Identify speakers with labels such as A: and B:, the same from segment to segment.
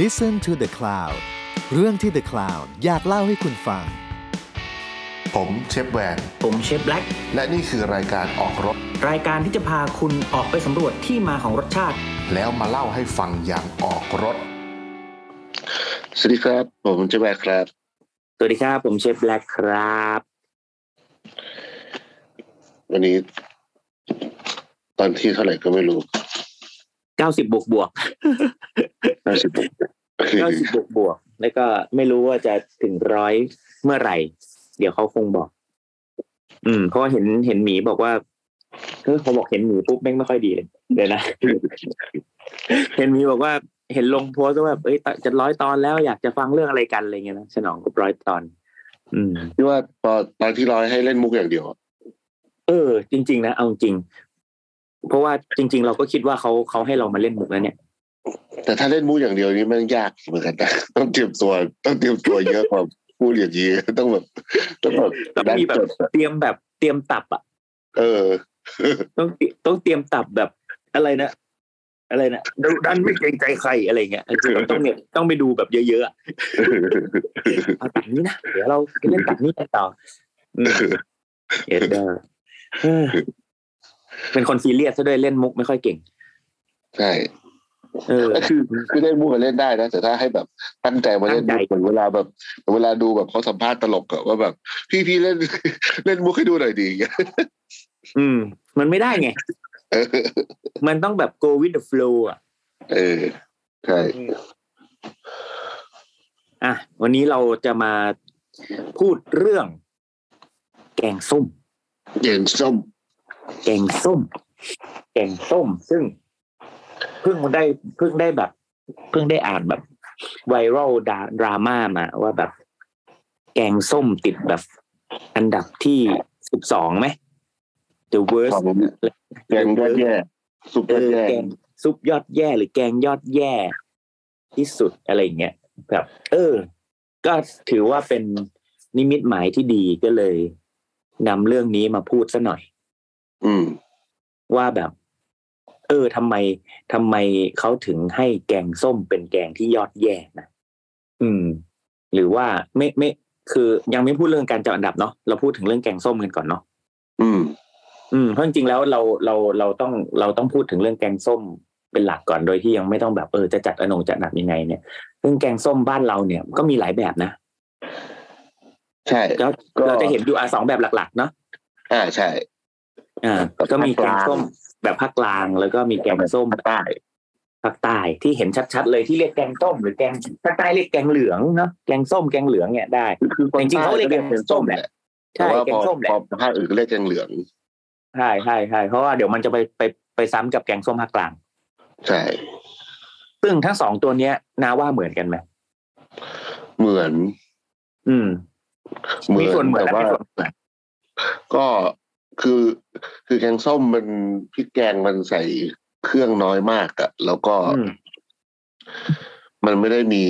A: Listen to the Cloud เรื่องที่ The Cloud อยากเล่าให้คุณฟัง
B: ผมเชฟแวน
C: ผมเชฟแบล็ก
B: และนี่คือรายการออกรถ
C: รายการที่จะพาคุณออกไปสำรวจที่มาของรสชาติ
B: แล้วมาเล่าให้ฟังอย่างออกรถ
D: สวัสดีครับ ผมเจะแบกครับ
C: สวัสดีครับ ผมเชฟแบล็กครับ
D: วันนี้ ตอนที่เท่าไหร่ก็ไม่รู้
C: 90 บวกบวก
D: น่าสิบหก
C: 90 บวกบวกแล้วก็ไม่รู้ว่าจะถึงร้อยเมื่อไหร่ เดี๋ยวเขาคงบอก อืมเพราะว่าเห็นเห็นหมีบอกว่าเออพอบอกเห็นหมีปุ๊บแม่งไม่ค่อยดีเลยเดี๋ยวนะ เห็นหมีบอกว่าเห็นลงโพสต์ว่าแบบเอ้ยจะร้อยตอนแล้วอยากจะฟังเรื่องอะไรกันอะไรเงี้ยนะฉนองกับร้อยตอน อืม
D: ที่ว่าพอตอนที่ร้อยให้เล่นมุกอย่างเดียวอะ
C: เออ จริง ๆ นะเอาจริง เพราะว่าจริง ๆ เราก็คิดว่าเขาเขาให้เรามาเล่นมุกแล้วเนี่ย
D: แต่ถ้าเล่นมุกอย่างเดียวนี่มันยากเหมือนกันนะ ต้องเตรียมตัว ต้องเตรียมตัวเยอะกว่าพูดอย่างนี้ต้องแบบต้องแบบ
C: ต้องมีแบบเตรียมแบบเตรียมตับอ่ะ
D: เออ
C: ต้องเตรีต้องเตรียมตับแบบอะไรนะอะไรนะดูดันไม่เกรงใจใครอะไรเงี้ยคือต้องเนี่ยต้องไปดูแบบเยอะๆอะเอาตับนี้นะเดี๋ยวเราไปเล่นตับนี้กันต่ออืมเอ็ดเดอร์เออเป็นคนซีเรียสซะด้วยเล่นมุกไม่ค่อยเก่ง
D: ใช่
C: เออ
D: ก็คือคือเล่นมุกกันเล่นได้นะแต่ถ้าให้แบบตั้งใจมาเล่นมุกเหมือนเวลาแบบเหมือนเวลาดูแบบเขาสัมภาษณ์ตลกอะว่าแบบ พี่พี่เล่น เล่นมุกให้ดูหน่อยดีอย่างเงี้ย
C: อืม มันไม่ได้ไง
D: เออ
C: มันต้องแบบ go with the flow อ่ะ
D: เออใช่
C: อ่ะวันนี้เราจะมาพูดเรื่อง แกงส้ม
D: เย็นส้ม
C: แกงส้ม แกงส้ม ซึ่ง เพิ่งได้เพิ่งได้แบบ เพิ่งได้อ่านแบบไวรัลดราม่ามาว่าแบบ แกงส้มติดแบบ อันดับที่สิบสองไหม The
D: ขอ
C: worst
D: งแกงยอดแย่ซุป
C: เอย
D: อด
C: อ
D: แย่
C: แกงซุปยอดแย่หรือแกงยอดแย่ ที่สุดอะไรอย่างเงี้ยแบบ เออ ก็ถือว่าเป็นนิมิตหมายที่ดีก็เลยนำเรื่องนี้มาพูดซะหน่อย
D: อืม
C: ว่าแบบ เออทำไมทำไมเขาถึงให้แกงส้มเป็นแกงที่ยอดแย่นะอืม หรือว่าไม่ไม่ คือยังไม่พูดเรื่องการจัดอันดับเนาะเราพูดถึงเรื่องแกงส้มกันก่อนเนาะ
D: อืม
C: อืมเพราะจริงๆแล้วเราเราเราต้องเราต้องพูดถึงเรื่องแกงส้มเป็นหลักก่อนโดยที่ยังไม่ต้องแบบเออจะจัดอนงจัดหนักยังไงเนี่ยเรื่องแกงส้มบ้านเราเนี่ยก็มีหลายแบบนะ
D: ใช่
C: เรา
D: ก็
C: เราจะเห็นอยู่อ่ะสองแบบหลักๆเนาะ
D: อ่าใช่
C: อ่าก็มีแกงส้มแบบภาคกลางแล้วก็มีแกงส้ม
D: ใต้
C: ภาคใต้ที่เห็นชัดๆ เลยที่เรียกแกงส้มหรือแกงภาคใต้เรียกแกงเหลืองเนาะแกงส้มแกงเหลืองเนี่ยได้
D: คือคน
C: จริงๆเขาเรียกแกงส้มแหละ
D: ใช่
C: ใช่
D: ว่า
C: แก
D: พ
C: ง
D: อ
C: ส้มแหละ
D: พอภาคอื่นก็เรียกแกงเหลือง
C: ใช่ใช่ใช่เพราะว่าเดี๋ยวมันจะไปไปไปซ้ำกับแกงส้มภาคกลาง
D: ใช่
C: ซึ่งทั้งสองตัวเนี้ยนาว่าเหมือนกันไหม
D: เหมือน
C: อืม
D: เหมื
C: มี
D: อ
C: ส่วน
D: น
C: เหมือน
D: แต่
C: และ
D: ว่า
C: มีส่วนเหมือน
D: ก็คือ คือแกงส้มมันพริกแกงมันใส่เครื่องน้อยมากอะแล้วก็
C: อืม
D: มันไม่ได้มี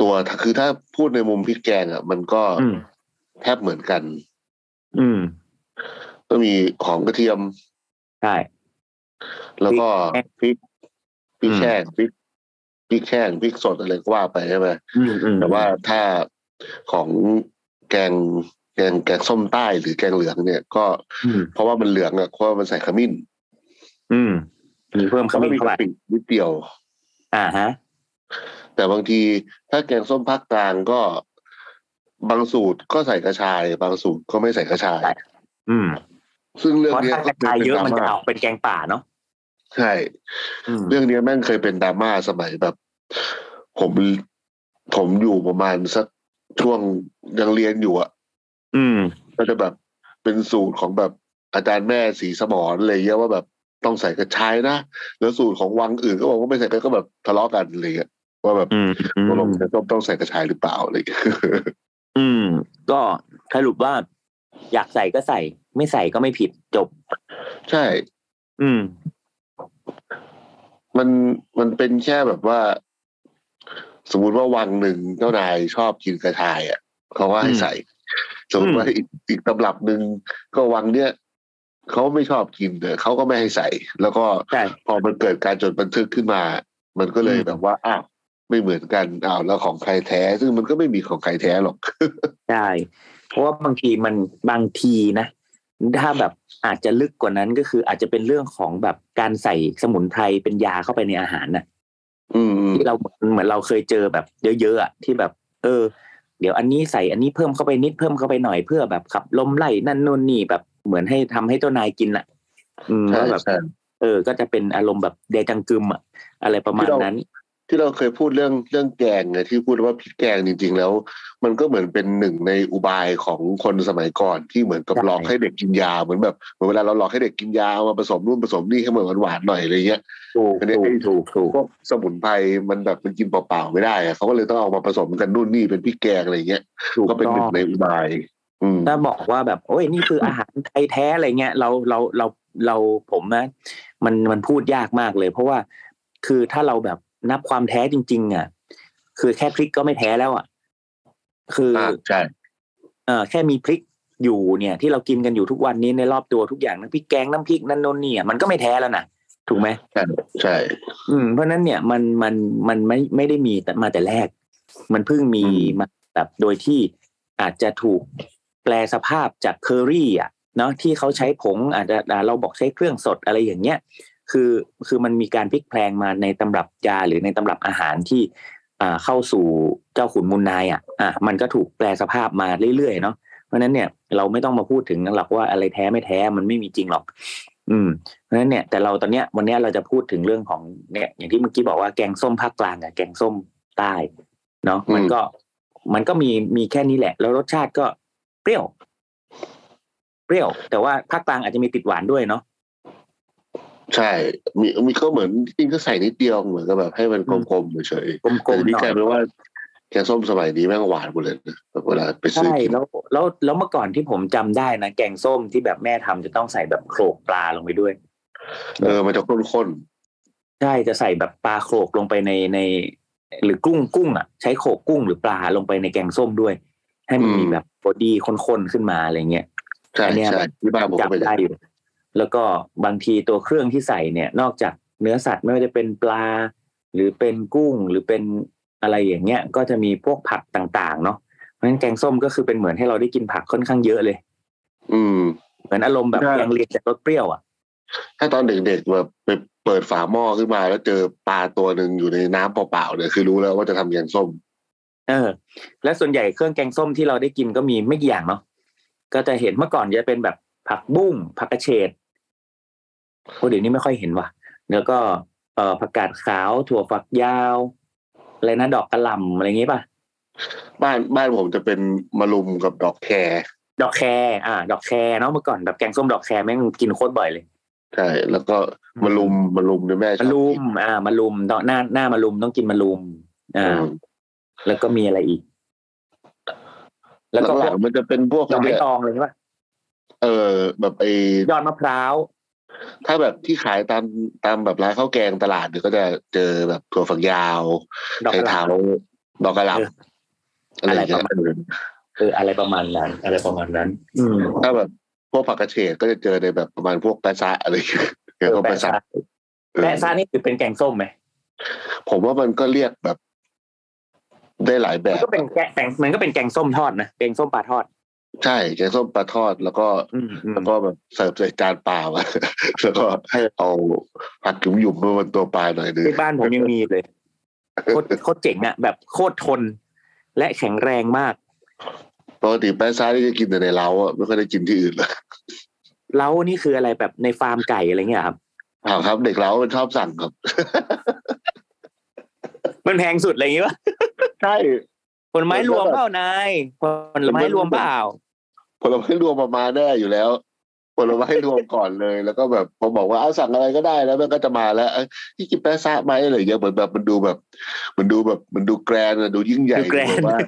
D: ตัวคือถ้าพูดในมุมพริกแกงอ่ะ มันก็
C: อืม
D: แทบเหมือนกัน
C: อืม
D: ก็มีหอมกระเทียม
C: ใช่
D: แล้วก็พริกพริก
C: อืม
D: แช่งพริกพริกแช่งพริกสดอะไรก็ว่าไปใช่ไหม
C: อืมอืม
D: แต่ว่าถ้าของแกงแกงแกงส้มใต้หรือแกงเหลืองเนี่ย ก็
C: อืม
D: เพราะว่ามันเหลืองอ่ะเพราะว่ามันใส่ขมิ้น
C: อืม มีเพิ่ม
D: ก็
C: เข้าไป
D: ไม่มี
C: เข้าไป
D: กะปินิดเดียว
C: อ่าฮะ
D: แต่บางทีถ้าแกงส้มภาคกลางก็บางสูตรก็ใส่กระชาย บางสูตรก็ไม่ใส่กระชาย
C: อืม
D: ซึ่งเรื่อง
C: เพราะ
D: เนี้ย
C: ถ้าก
D: ก็
C: ระจายเยอะมันจะ
D: ดราา
C: ออกเป็นแกงป่าเนาะ
D: ใช่
C: อืม
D: เรื่องเนี้ยแม่งเคยเป็นดราม่าสมัยแบบ ผมผมอยู่ประมาณสักช่วงยังเรียนอยู่อะ
C: อืม
D: ก็จะแบบเป็นสูตรของแบบอาจารย์แม่สีสมอนอะไรเงี้ยว่าแบบต้องใส่กระชายนะแล้วสูตรของวังอื่นก็บอกว่าไม่ใส่ก็แบบทะเลาะกันอะไรเงี้ยว่าแบบ
C: อืมอื
D: ตกลง
C: ม
D: จะต้องต้องใส่กระชายหรือเปล่าอะไรเงี้ย
C: อืม ก็สรุปว่า อยากใส่ก็ใส่ ไม่ใส่ก็ไม่ผิดจบ
D: ใช่
C: อืม
D: มันมันเป็นแค่แบบว่า สมมุติว่าวังหนึ่งเจ้านายชอบกินกระชายอ่ะเขาว่าให้ใส่ สมมติว่าอีกอีกตำรับหนึ่งก็วังเนี้ยเขาไม่ชอบกินเนอะเขาก็ไม่ให้ใส่ แล้วก็
C: ใช่
D: พอมันเกิดการจดบันทึกขึ้นมา มันก็เลย
C: อืม
D: แบบว่าอ้าวไม่เหมือนกันอ้าวแล้วของใครแท้ ซึ่งมันก็ไม่มีของใครแท้หรอก
C: ใช่เพราะว่าบางทีมันบางทีนะ ถ้าแบบอาจจะลึกกว่านั้นก็คืออาจจะเป็นเรื่องของแบบการใส่สมุนไพรเป็นยาเข้าไปในอาหารน่ะ
D: อืมอืม
C: ที่เราเหมือนเหมือนเราเคยเจอแบบเยอะๆอะที่แบบ เออ เดี๋ยวอันนี้ใส่อันนี้เพิ่มเข้าไปนิดเพิ่มเข้าไปหน่อยเพื่อแบบขับลมไล่นั่นนู่นนี่แบบเหมือนให้ทำให้เจ้านายกินอ่ะ อืม
D: ใช่
C: แล้วแบบ
D: ใช่
C: เออ ก็จะเป็นอารมณ์แบบแดจังกึมอ่ะอะไรประมาณนั้น
D: ที่เราเคยพูดเรื่องเรื่องแกงไงที่พูดว่าพริกแกงจริง ๆ แล้ว มันก็เหมือนเป็นหนึ่งในอุบายของคนสมัยก่อนที่เหมือนกับ
C: ใช่
D: หลอกให้เด็กกินยาเหมือนแบบเหมือนเวลาเราหลอกให้เด็กกินยาเอามาผสมนู่นผสมนี่ให้เหมือนหวานๆหน่อยอะไรเงี้ย
C: ถูก
D: อันนี้
C: ถูกถูกถูก
D: พวกสมุนไพรมันแบบมันกินเปล่าๆไม่ได้อะเขาก็เลยต้องเอามาผสมกันนู่นนี่เป็นพริกแกงอะไรเงี้ย
C: ถูก
D: ก็เป็นหนึ่
C: ต้อง ง
D: ในอุบาย อืม
C: ถ้าบอกว่าแบบโอ้ยนี่คืออาหารไทยแท้อะไรเงี้ยเราเราเราเราผมนะมันมันพูดยากมากเลย เพราะว่าคือถ้าเราแบบนับความแท้จริง ๆ อ่ะ คือแค่พริกก็ไม่แท้แล้วอ่ะ คือ
D: อ่าใช่
C: เออแค่มีพริกอยู่เนี่ย ที่เรากินกันอยู่ทุกวันนี้ในรอบตัวทุกอย่างน้ำพริกแกงน้ำพริกนั่นน่นนี่อะมันก็ไม่แท้แล้วนะถูกไหม
D: ใช่ใช่
C: อืมเพราะฉะนั้นเนี่ยมันมันมันไม่ไม่ได้มีแต่มาแต่แรก มันเพิ่งมี
D: อืม
C: มาแบบโดยที่อาจจะถูกแปลสภาพจากเคอรี่อ่ะเนาะที่เขาใช้ผงอาจจะอ่าเราบอกใช้เครื่องสดอะไรอย่างเงี้ยคือคือมันมีการพลิกแพลงมาในตำรับยาหรือในตำรับอาหารที่อ่าเข้าสู่เจ้าขุนมูลนายอ่ะอ่ะมันก็ถูกแปลสภาพมาเรื่อยๆเนาะเพราะฉะนั้นเนี่ยเราไม่ต้องมาพูดถึงหรอกว่าอะไรแท้ไม่แท้มันไม่มีจริงหรอก อืม เพราะฉะนั้นเนี่ยแต่เราตอนเนี้ยวันเนี้ยเราจะพูดถึงเรื่องของเนี่ย อย่างที่เมื่อกี้บอกว่าแกงส้มภาคกลางกับแกงส้มใต้ เนาะ
D: อืม
C: มันก็มันก็มีมีแค่นี้แหละ แล้วรสชาติก็เปรี้ยว เปรี้ยว แต่ว่าภาคกลางอาจจะมีติดหวานด้วยเนาะ
D: ใช่มีมีก็เหมือนจริงๆก็ใส่นิดเดียวเหมือนกับแบบให้มันกลมๆเฉย
C: ก
D: ๆ
C: ล
D: แต่
C: มๆ
D: นี่
C: หน่
D: ก
C: อ
D: ลาย
C: ย
D: เป็นว่าแกงส้มสมัยนี้แม่งหวานหมดเลยนะแบบเวลาไปซื้อ
C: ใช่
D: กิน
C: แล้วแล้วแล้วเมื่อก่อนที่ผมจำได้นะแกงส้มที่แบบแม่ทำจะต้องใส่แบบโขลกปลาลงไปด้วย
D: เออมันจะข้น
C: ใช่จะใส่แบบปลาโขลกลงไปในใน หรือกุ้งกุ้งอ่ะใช้โขลกกุ้งหรือปลาลงไปในแกงส้มด้วย ให้มันมีแบบบอดี้ข้นๆขึ้นมาอะไรเงี้ย
D: ๆใช่
C: อันเนี้ย
D: ใช่ที่บ้านผมก็
C: จำ
D: เป็นอย่าง
C: ได้
D: นั้น
C: อยู่แล้วก็บางทีตัวเครื่องที่ใส่เนี่ย นอกจากเนื้อสัตว์ไม่ว่าจะเป็นปลา หรือเป็นกุ้งหรือเป็นอะไรอย่างเงี้ย ก็จะมีพวกผักต่างๆ เนาะเพราะฉะนั้นแกงส้มก็คือเป็นเหมือนให้เราได้กินผักค่อนข้างเยอะเลย
D: อืม
C: เหมือนอารมณ์แบบ
D: ใช่
C: แกงเลียงแต่รสเปรี้ยวอ่ะ
D: ถ้าตอนเด็กๆแบบไปเปิดฝาหม้อขึ้นมาแล้วเจอปลาตัวหนึ่งอยู่ในน้ำเปล่าๆเนี่ยคือรู้แล้วว่าจะทำแกงส้ม
C: เออ และส่วนใหญ่เครื่องแกงส้มที่เราได้กินก็มีไม่กี่อย่างเนาะก็จะเห็นเมื่อก่อนจะเป็นแบบผักบุ้งผักกระเฉดโอ้เดี๋ยวนี้ไม่ค่อยเห็นว่ะแล้วก็เอ่อผักกาดขาวถั่วฝักยาวอะไรนะดอกกระหล่ำอะไรอย่างงี้ป่ะ
D: บ้านบ้านผมจะเป็นมะลุมกับดอกแคร
C: ดอกแครอ่า ดอกแครเนาะเมื่อก่อนแบบแกงส้มดอกแครแม่งกินโคตรบ่อยเลย
D: ใช่แล้วก็มะลุมมะลุมเนี่ยแม่ช
C: มะ
D: อบ
C: ลุ
D: กิ
C: ม
D: น
C: อ่ามะลุมหน้าหน้ามะลุมต้องกินมะลุม
D: อื
C: อ่าม แล้วก็มีอะไรอีก
D: แล้
C: แล้ว
D: ว
C: ก็
D: ก็ห
C: พวก
D: ลังๆมันจะเป็นพวก
C: ดอกไม้
D: เนี่ย
C: ตองเลยใช่ป่ะ
D: เออแบบไอ
C: ยอดมะพร้าว
D: ถ้าแบบที่ขายตามตามแบบร้านข้าวแกงตลาดเนี่ยก็จะเจอแบบถั่วฝักยาว
C: ดอกก
D: ไข่
C: ระหล่
D: เท้าดอกกระหล่
C: เออ
D: ำอะไรอย่าง
C: อะไรประมาณนั้นำ
D: เงี้ย
C: เอออะไรประมาณนั้น อะไรประมาณนั้น อืม
D: ถ้าแบบพวกผักกระเฉดก็จะเจอในแบบประมาณพวกแปะซะอะไรอย่างเงี้ย
C: เออ
D: พวก
C: แปะ
D: แปะซะ
C: ซา
D: เออ
C: แปะซานี่คือเป็นแกงส้มไหม
D: ผมว่ามันก็เรียกแบบ ได้หลายแบ
C: มัน
D: บ
C: ก็เป็นแกงแกงมันก็เป็นแกงส้มทอดนะแกงส้มปลาทอด
D: ใช่แกงส้มปลาทอด แล้วก็
C: อืมอืม
D: แล้วก็แบบเสิร์ฟใส่จานเปล่า แล้วก็ให้เอาผักหยุ่มหยุ่มมาบนตัวปลาหน่อยนึง
C: ที่บ้านผมยังมีเลยโคตรโคตรเจ๋งอะแบบโคตรทน และแข็งแรงมาก
D: ปกติแปะซะนี่จะกินแต่ในเล้าอ่ะไม่ค่อยได้กินที่อื่นเลย
C: เล้านี่คืออะไรแบบในฟาร์มไก่อะไรเงี้ยครับ
D: เปล่าครับเด็กเล้ามันชอบสั่งครับ
C: มันแพงสุดอะไรอย่างงี้ปะ
D: ใช่
C: ผลไม้รวมเปล่านายผลไม้รวมเปล่า
D: ผลไม้รวมมามาแน่อยู่แล้ว ผลไม้รวมก่อนเลย แล้วก็แบบพอบอกว่าเอาสั่งอะไรก็ได้แล้วมันก็จะมาแล้วเอ้ยที่กินแป๊ะซะไหมอะไรอย่างเงี้ยเหมือนแบบมันดูแบบ มันดูแบบมันดูแกรนด์อะดูยิ่งใหญ่
C: ดูแกรนด์
D: แบบว่า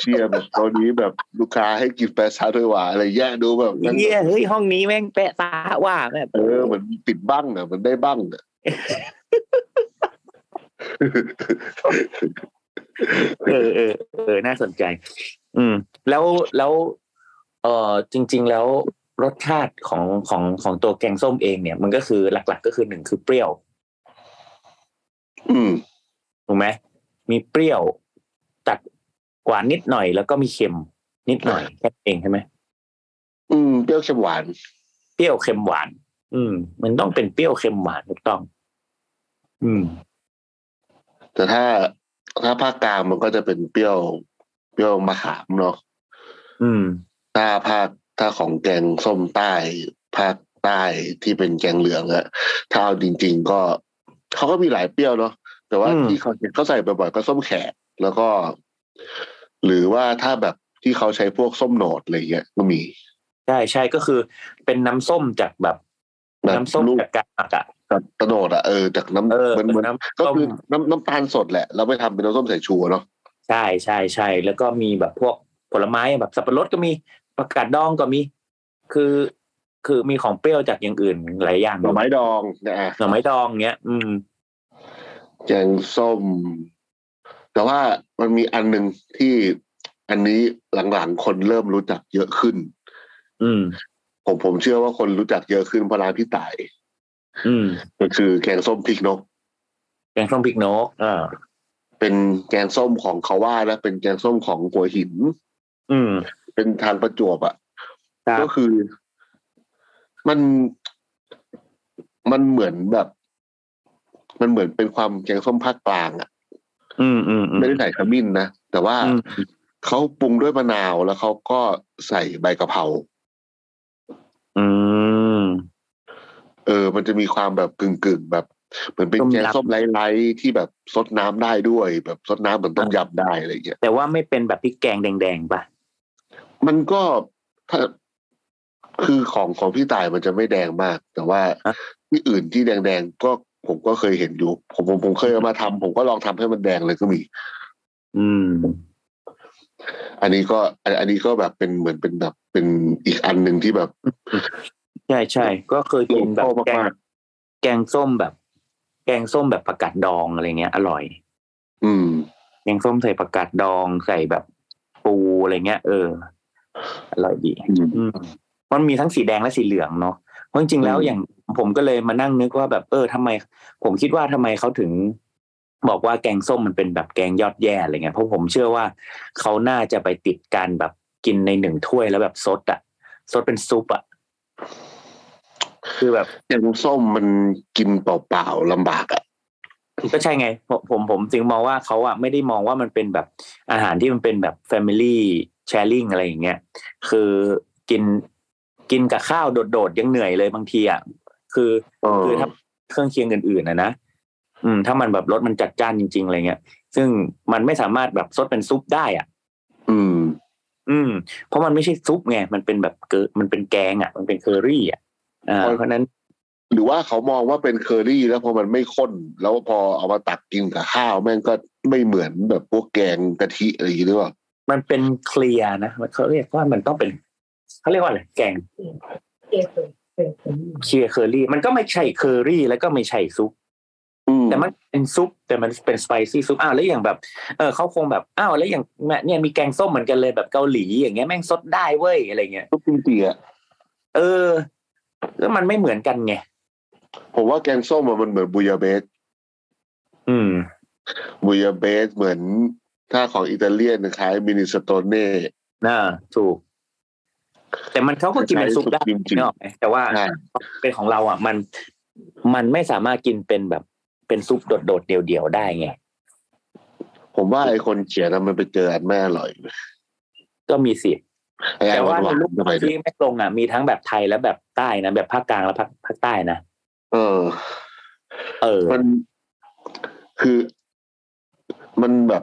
D: เชียร์แบบตอนนี้แบบลูกค้าให้กินแป๊ะซะด้วยว่ะอะไรแย่ดูแบบนั้น
C: เฮียเฮ้ยห้องนี้แม่งแปะตาว่าแบบ
D: เออเหมือนติดบ้างอ่ะเหมันได้บ้างอ่ะ
C: เออเออเออน่าสนใจ อืม แล้วแล้วเออจริง ๆ แล้วรสชาติของของของตัวแกงส้มเองเนี่ย มันก็คือหลัก ๆ ก็คือหนึ่งคือเปรี้ยว
D: อืม
C: ถูกไหมมีเปรี้ยวตัดกว่านิดหน่อย แล้วก็มีเค็มนิดหน่อยแค่นั้นเองใช่ไหม
D: อืมเปรี้ยวเค็มหวาน
C: เปรี้ยวเค็มหวาน อืม มันต้องเป็นเปรี้ยวเค็มหวานถูกต้อง อืม
D: แต่ถ้าถ้าภาคกลางมันก็จะเป็นเปรี้ยว เปรี้ยวมะขามเนาะ
C: อืม
D: ถ้าภาคถ้าของแกงส้มใต้ ภาคใต้ที่เป็นแกงเหลืองอะถ้าเอาจริง ๆ ก็เขาก็มีหลายเปรี้ยวเนาะแต่ว่า
C: อืม
D: ที่เขาเขาใส่บ่อยๆก็ส้มแขกแล้วก็ หรือว่าถ้าแบบที่เขาใช้พวกส้มโหนดอะไรเงี้ยก็มี
C: ใช่ใช่ก็คือ เป็นน้ำส้มจากแบบ
D: แบบ
C: น้ำส้ม
D: ลูก
C: จากการหมักอะ
D: แบบตะโหนดอะเออจากน้ำ
C: เออ
D: มันมัน
C: น้ำ
D: ก็
C: ส้ม
D: คือน้ำน้ำตาลสดแหละเราไปทำเป็นน้ำส้มสายชูอะเนาะ
C: ใช่ใช่ใช่แล้วก็มีแบบพวกผลไม้แบบสับปะรดก็มีประกาศดองก็มี คือ คือมีของเปรี้ยวจากอย่างอื่นหลายอย่าง
D: หน่อไม้ดองนะอ่ะ
C: หน่อไม้ดองเงี้ย อืม
D: แกงส้ม แต่ว่ามันมีอันหนึ่งที่อันนี้หลังๆ คนเริ่มรู้จักเยอะขึ้น
C: อืม
D: ผมผมเชื่อว่าคนรู้จักเยอะขึ้นเพราะร้านพี่ต่าย
C: อืม
D: ก็คือแกงส้มพริกนก
C: แกงส้มพริกนกอ่า
D: เป็นแกงส้มของเขาว่านะเป็นแกงส้มของหัวหิน
C: อืม
D: เป็นทางประจวบอะ่ะ
C: ครับ
D: ก็คือ มันมันเหมือนแบบ มันเหมือนเป็นความแกงส้มภาคกลางอะ่ะ
C: อืมอืมอืม
D: ไม่ได้ใส่ขมิ้นนะแต่ว่า
C: อืม
D: เขาปรุงด้วยมะนาวแล้วเขาก็ใส่ใบกะเพรา
C: อืม
D: เออ มันจะมีความแบบกึ่งกึ่งๆแบบ เหมือนเป็น
C: ต้มยำ
D: แกงส้มไร้ๆที่แบบซดน้ำได้ด้วย แบบซดน้ำเหมือนต้มยำได้อะไรอย่างเงี้ย
C: แต่ว่าไม่เป็นแบบพริกแกงแดงๆป่ะ
D: มันก็ถ้าคือของของพี่ตายมันจะไม่แดงมาก แต่ว่าที่อื่นที่แดงๆก็ผมก็เคยเห็นอยู่ ผมผมผมเคยเอามาทำผมก็ลองทำให้มันแดงเลยก็มี
C: อืม
D: อันนี้ก็อันอันนี้ก็แบบเป็นเหมือนเป็นแบบเป็นอีกอันหนึ่งที่แบบ
C: ใช่ใช่ก็เคย
D: โล
C: กินแบบ
D: โก้
C: แกง
D: มาก
C: แกงส้มแบบ แกงส้มแบบผักกาดดองอะไรเงี้ย อร่อย
D: ๆอืม
C: แกงส้มใส่ผักกาดดองใส่แบบปูอะไรเงี้ย เออ อร่อยดี
D: อืม
C: อืมมันมีทั้งสีแดงและสีเหลืองเนาะเพราะจริงๆแล้ว
D: อืม
C: อย่างผมก็เลยมานั่งนึกว่าแบบเออทำไม ผมคิดว่าทำไมเขาถึง บอกว่าแกงส้มมันเป็นแบบแกงยอดแย่อะไรเงี้ยเพราะผมเชื่อว่าเขาน่าจะไปติดการแบบกินในหนึ่งถ้วยแล้วแบบซดอะซดเป็นซุปอะคือแบบ
D: แกงส้มมันกินเปล่าๆลำบากอะ
C: ก็ใช่ไงผมผมผมจึงมองว่าเขาอะไม่ได้มองว่ามันเป็นแบบอาหารที่มันเป็นแบบ Family Sharing อะไรอย่างเงี้ยคือกินกินกับข้าวโดดๆยังเหนื่อยเลยบางทีอะคือ
D: เออ
C: คือถ้าเครื่องเคียงอื่นๆนะนะอืม ถ้ามันแบบรสมันจัดจ้านจริงๆอะไรเงี้ย ซึ่งมันไม่สามารถแบบซดเป็นซุปได้อ่ะ
D: อืม
C: อืม เพราะมันไม่ใช่ซุปไงมันเป็นแบบเกอมันเป็นแกงอ่ะ มันเป็นเคอรี่อ่ะอ่าเพราะฉะนั้น
D: หรือว่าเขามองว่าเป็นเคอรี่แล้วพอมันไม่ข้น แล้วพอเอามาตักกินกับข้าวแม่งก็ไม่เหมือนแบบพวกแกงกะทิอะไรอย่างเงี้ยหรือเปล่า
C: มันเป็นเคลียร์นะมันเขาเรียกว่ามันต้องเป็นเขาเรียกว่าอะไรแกง เคลียร์เคอรี่ มันก็ไม่ใช่เคอรี่ แล้วก็ไม่ใช่ซุป
D: อืม
C: แต่มันเป็นซุป แต่มันเป็นสไปซี่ซุป อ้าวแล้วอย่างแบบ เออเขาคงแบบ อ้าวแล้วอย่างแม่เนี่ยมีแกงส้มเหมือนกันเลยแบบเกาหลีอย่างเงี้ยแม่งซดได้เว้ยอะไรเงี้ย
D: ซุปกิมจิอ่ะ
C: เออ แล้วมันไม่เหมือนกันไง
D: ผมว่าแกงส้มอะมันเหมือนบูยาเบส
C: อืม
D: บูยาเบสเหมือนถ้าของอิตาเลียนคล้ายมินิสโตเน่
C: น่า ถูก แต่มันเขาก็กินเป็นซุปได้
D: กิมจิ
C: เนกอะแต่ว่า
D: ใช่
C: เป็นของเราอ่ะ มัน มันไม่สามารถกินเป็นแบบ เป็นซุปโดดๆ เดี่ยวๆ ได้ไง
D: ผมว่าไอคนเขียนอะมันไปเจออันแม่อร่อย
C: ก็มีสิทธิ
D: ไอ้อั
C: แต่
D: น
C: ว่า
D: ห
C: ใน
D: วาน
C: รูป
D: ๆสมัยเด็ก
C: ที่ไม่ตรงอ่ะมีทั้งแบบไทยและแบบใต้นะแบบภาคกลางและภาคภาคใต้นะ
D: เออ
C: เออ
D: มันคือมันแบบ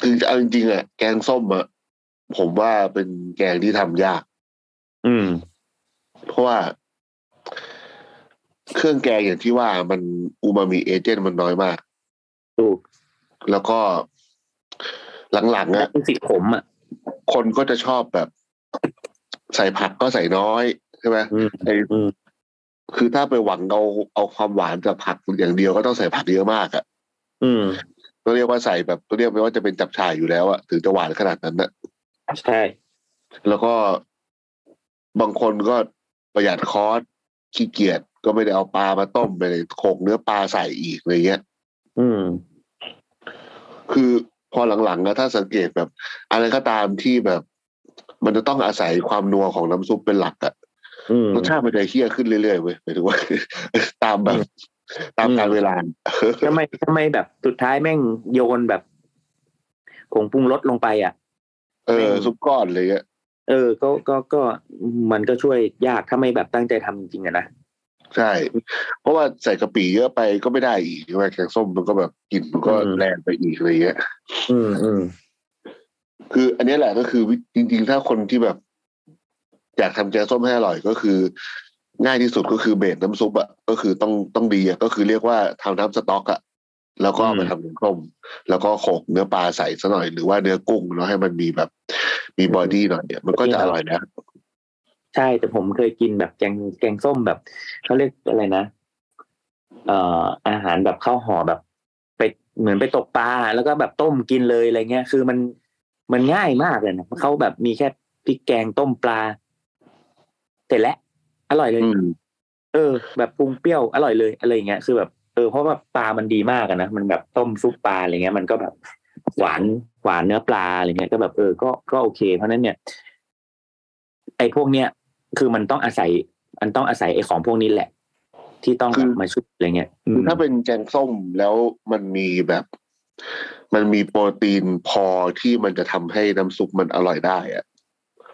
D: คือเอาจริงๆอ่ะแกงส้มอ่ะผมว่าเป็นแกงที่ทำยาก
C: อืม
D: เพราะว่า เครื่องแกงอย่างที่ว่ามันอูมามิเอเจนต์มันน้อยมาก
C: ถูก
D: แล้วก็หลังๆอ่ะ
C: คือสีขมอ่ะ
D: คนก็จะชอบแบบ ใส่ผักก็ใส่น้อยใช่ไหม
C: อืม
D: ไอ้
C: อืม
D: คือถ้าไปหวังเอาเอาความหวานจากผักอย่างเดียวก็ต้องใส่ผักเยอะมากอ่ะ
C: อืม
D: ก็เรียกว่าใส่แบบก็เรียกว่าจะเป็นจับฉ่ายอยู่แล้วอะถึงจะหวานขนาดนั้นนะ
C: ใช่
D: แล้วก็บางคนก็ประหยัดคอสขี้เกียจก็ไม่ได้เอาปลามาต้มไปเลยโขกเนื้อปลาใส่อีกอะไรเงี้ย
C: อืม
D: คือพอหลังๆนะถ้าสังเกตแบบ อะไรก็ตามที่แบบ มันจะต้องอาศัยความนัวของน้ำซุปเป็นหลักอะ
C: อืม
D: รสชาติมันจะเฮี้ยขึ้นเรื่อยๆเว้ยหมายถึงว่า ตามแบบตามการเวลา
C: ทำไมทำไมแบบสุดท้ายแม่งโยนแบบผงปรุงรสลงไปอ่ะ
D: เออ ซุปก้อนอะไรเงี้ย
C: เออ ก็ก็ก็มันก็ช่วยยากถ้าไม่แบบตั้งใจทำจริงอะนะ
D: ใช่ เพราะว่าใส่กะปิเยอะไปก็ไม่ได้อีกใช่ไหมแกงส้มมันก็แบบกลิ่นมันก็แรงไปอีกอะไรเงี้ย
C: อืมอืม
D: คืออันนี้แหละก็คือวิจริงๆ ถ้าคนที่แบบอยากทำแกงส้มให้อร่อยก็คือ ง่ายที่สุดก็คือเบสน้ำซุปอะก็คือต้องต้องดีอะก็คือเรียกว่าทำน้ำสต๊อกอะแล้วก็เอาไปทำแกงส้มแล้วก็โขลกเนื้อปลาใส่ซะหน่อยหรือว่าเนื้อกุ้งเนาะให้มันมีแบบ มีบอดี้หน่อยเนี่ยมันก็จะอร่อยนะ
C: ใช่แต่ผมเคยกินแบบแกงแกงส้มแบบเขาเรียกอะไรนะเอ่ออาหารแบบข้าวห่อแบบ ไปเหมือนไปตกปลาแล้วก็แบบต้มกินเลยอะไรเงี้ยคือมันมันง่ายมากเลยนะเขาแบบมีแค่พริกแกงต้มปลาเสร็จแล้วอร่อยเลย
D: อืม
C: เออแบบปรุงเปรี้ยวอร่อยเลยอะไรอย่างเงี้ยคือแบบเออเพราะว่าปลามันดีมากอะนะมันแบบต้มซุปปลาอะไรเงี้ยมันก็แบบหวานหวานเนื้อปลาอะไรเงี้ยก็แบบเออก็ก็โอเค เพราะฉะนั้นเนี่ย ไอ้พวกเนี้ยคือมันต้องอาศัย มันต้องอาศัยไอ้ของพวกนี้แหละ ที่ต้อง
D: คือ
C: แบบมาช่วยอะไรเงี้ยอืม
D: ถ้าเป็นแกงส้มแล้วมันมีแบบ มันมีโปรตีนพอที่มันจะทำให้น้ำซุปมันอร่อยได้อะ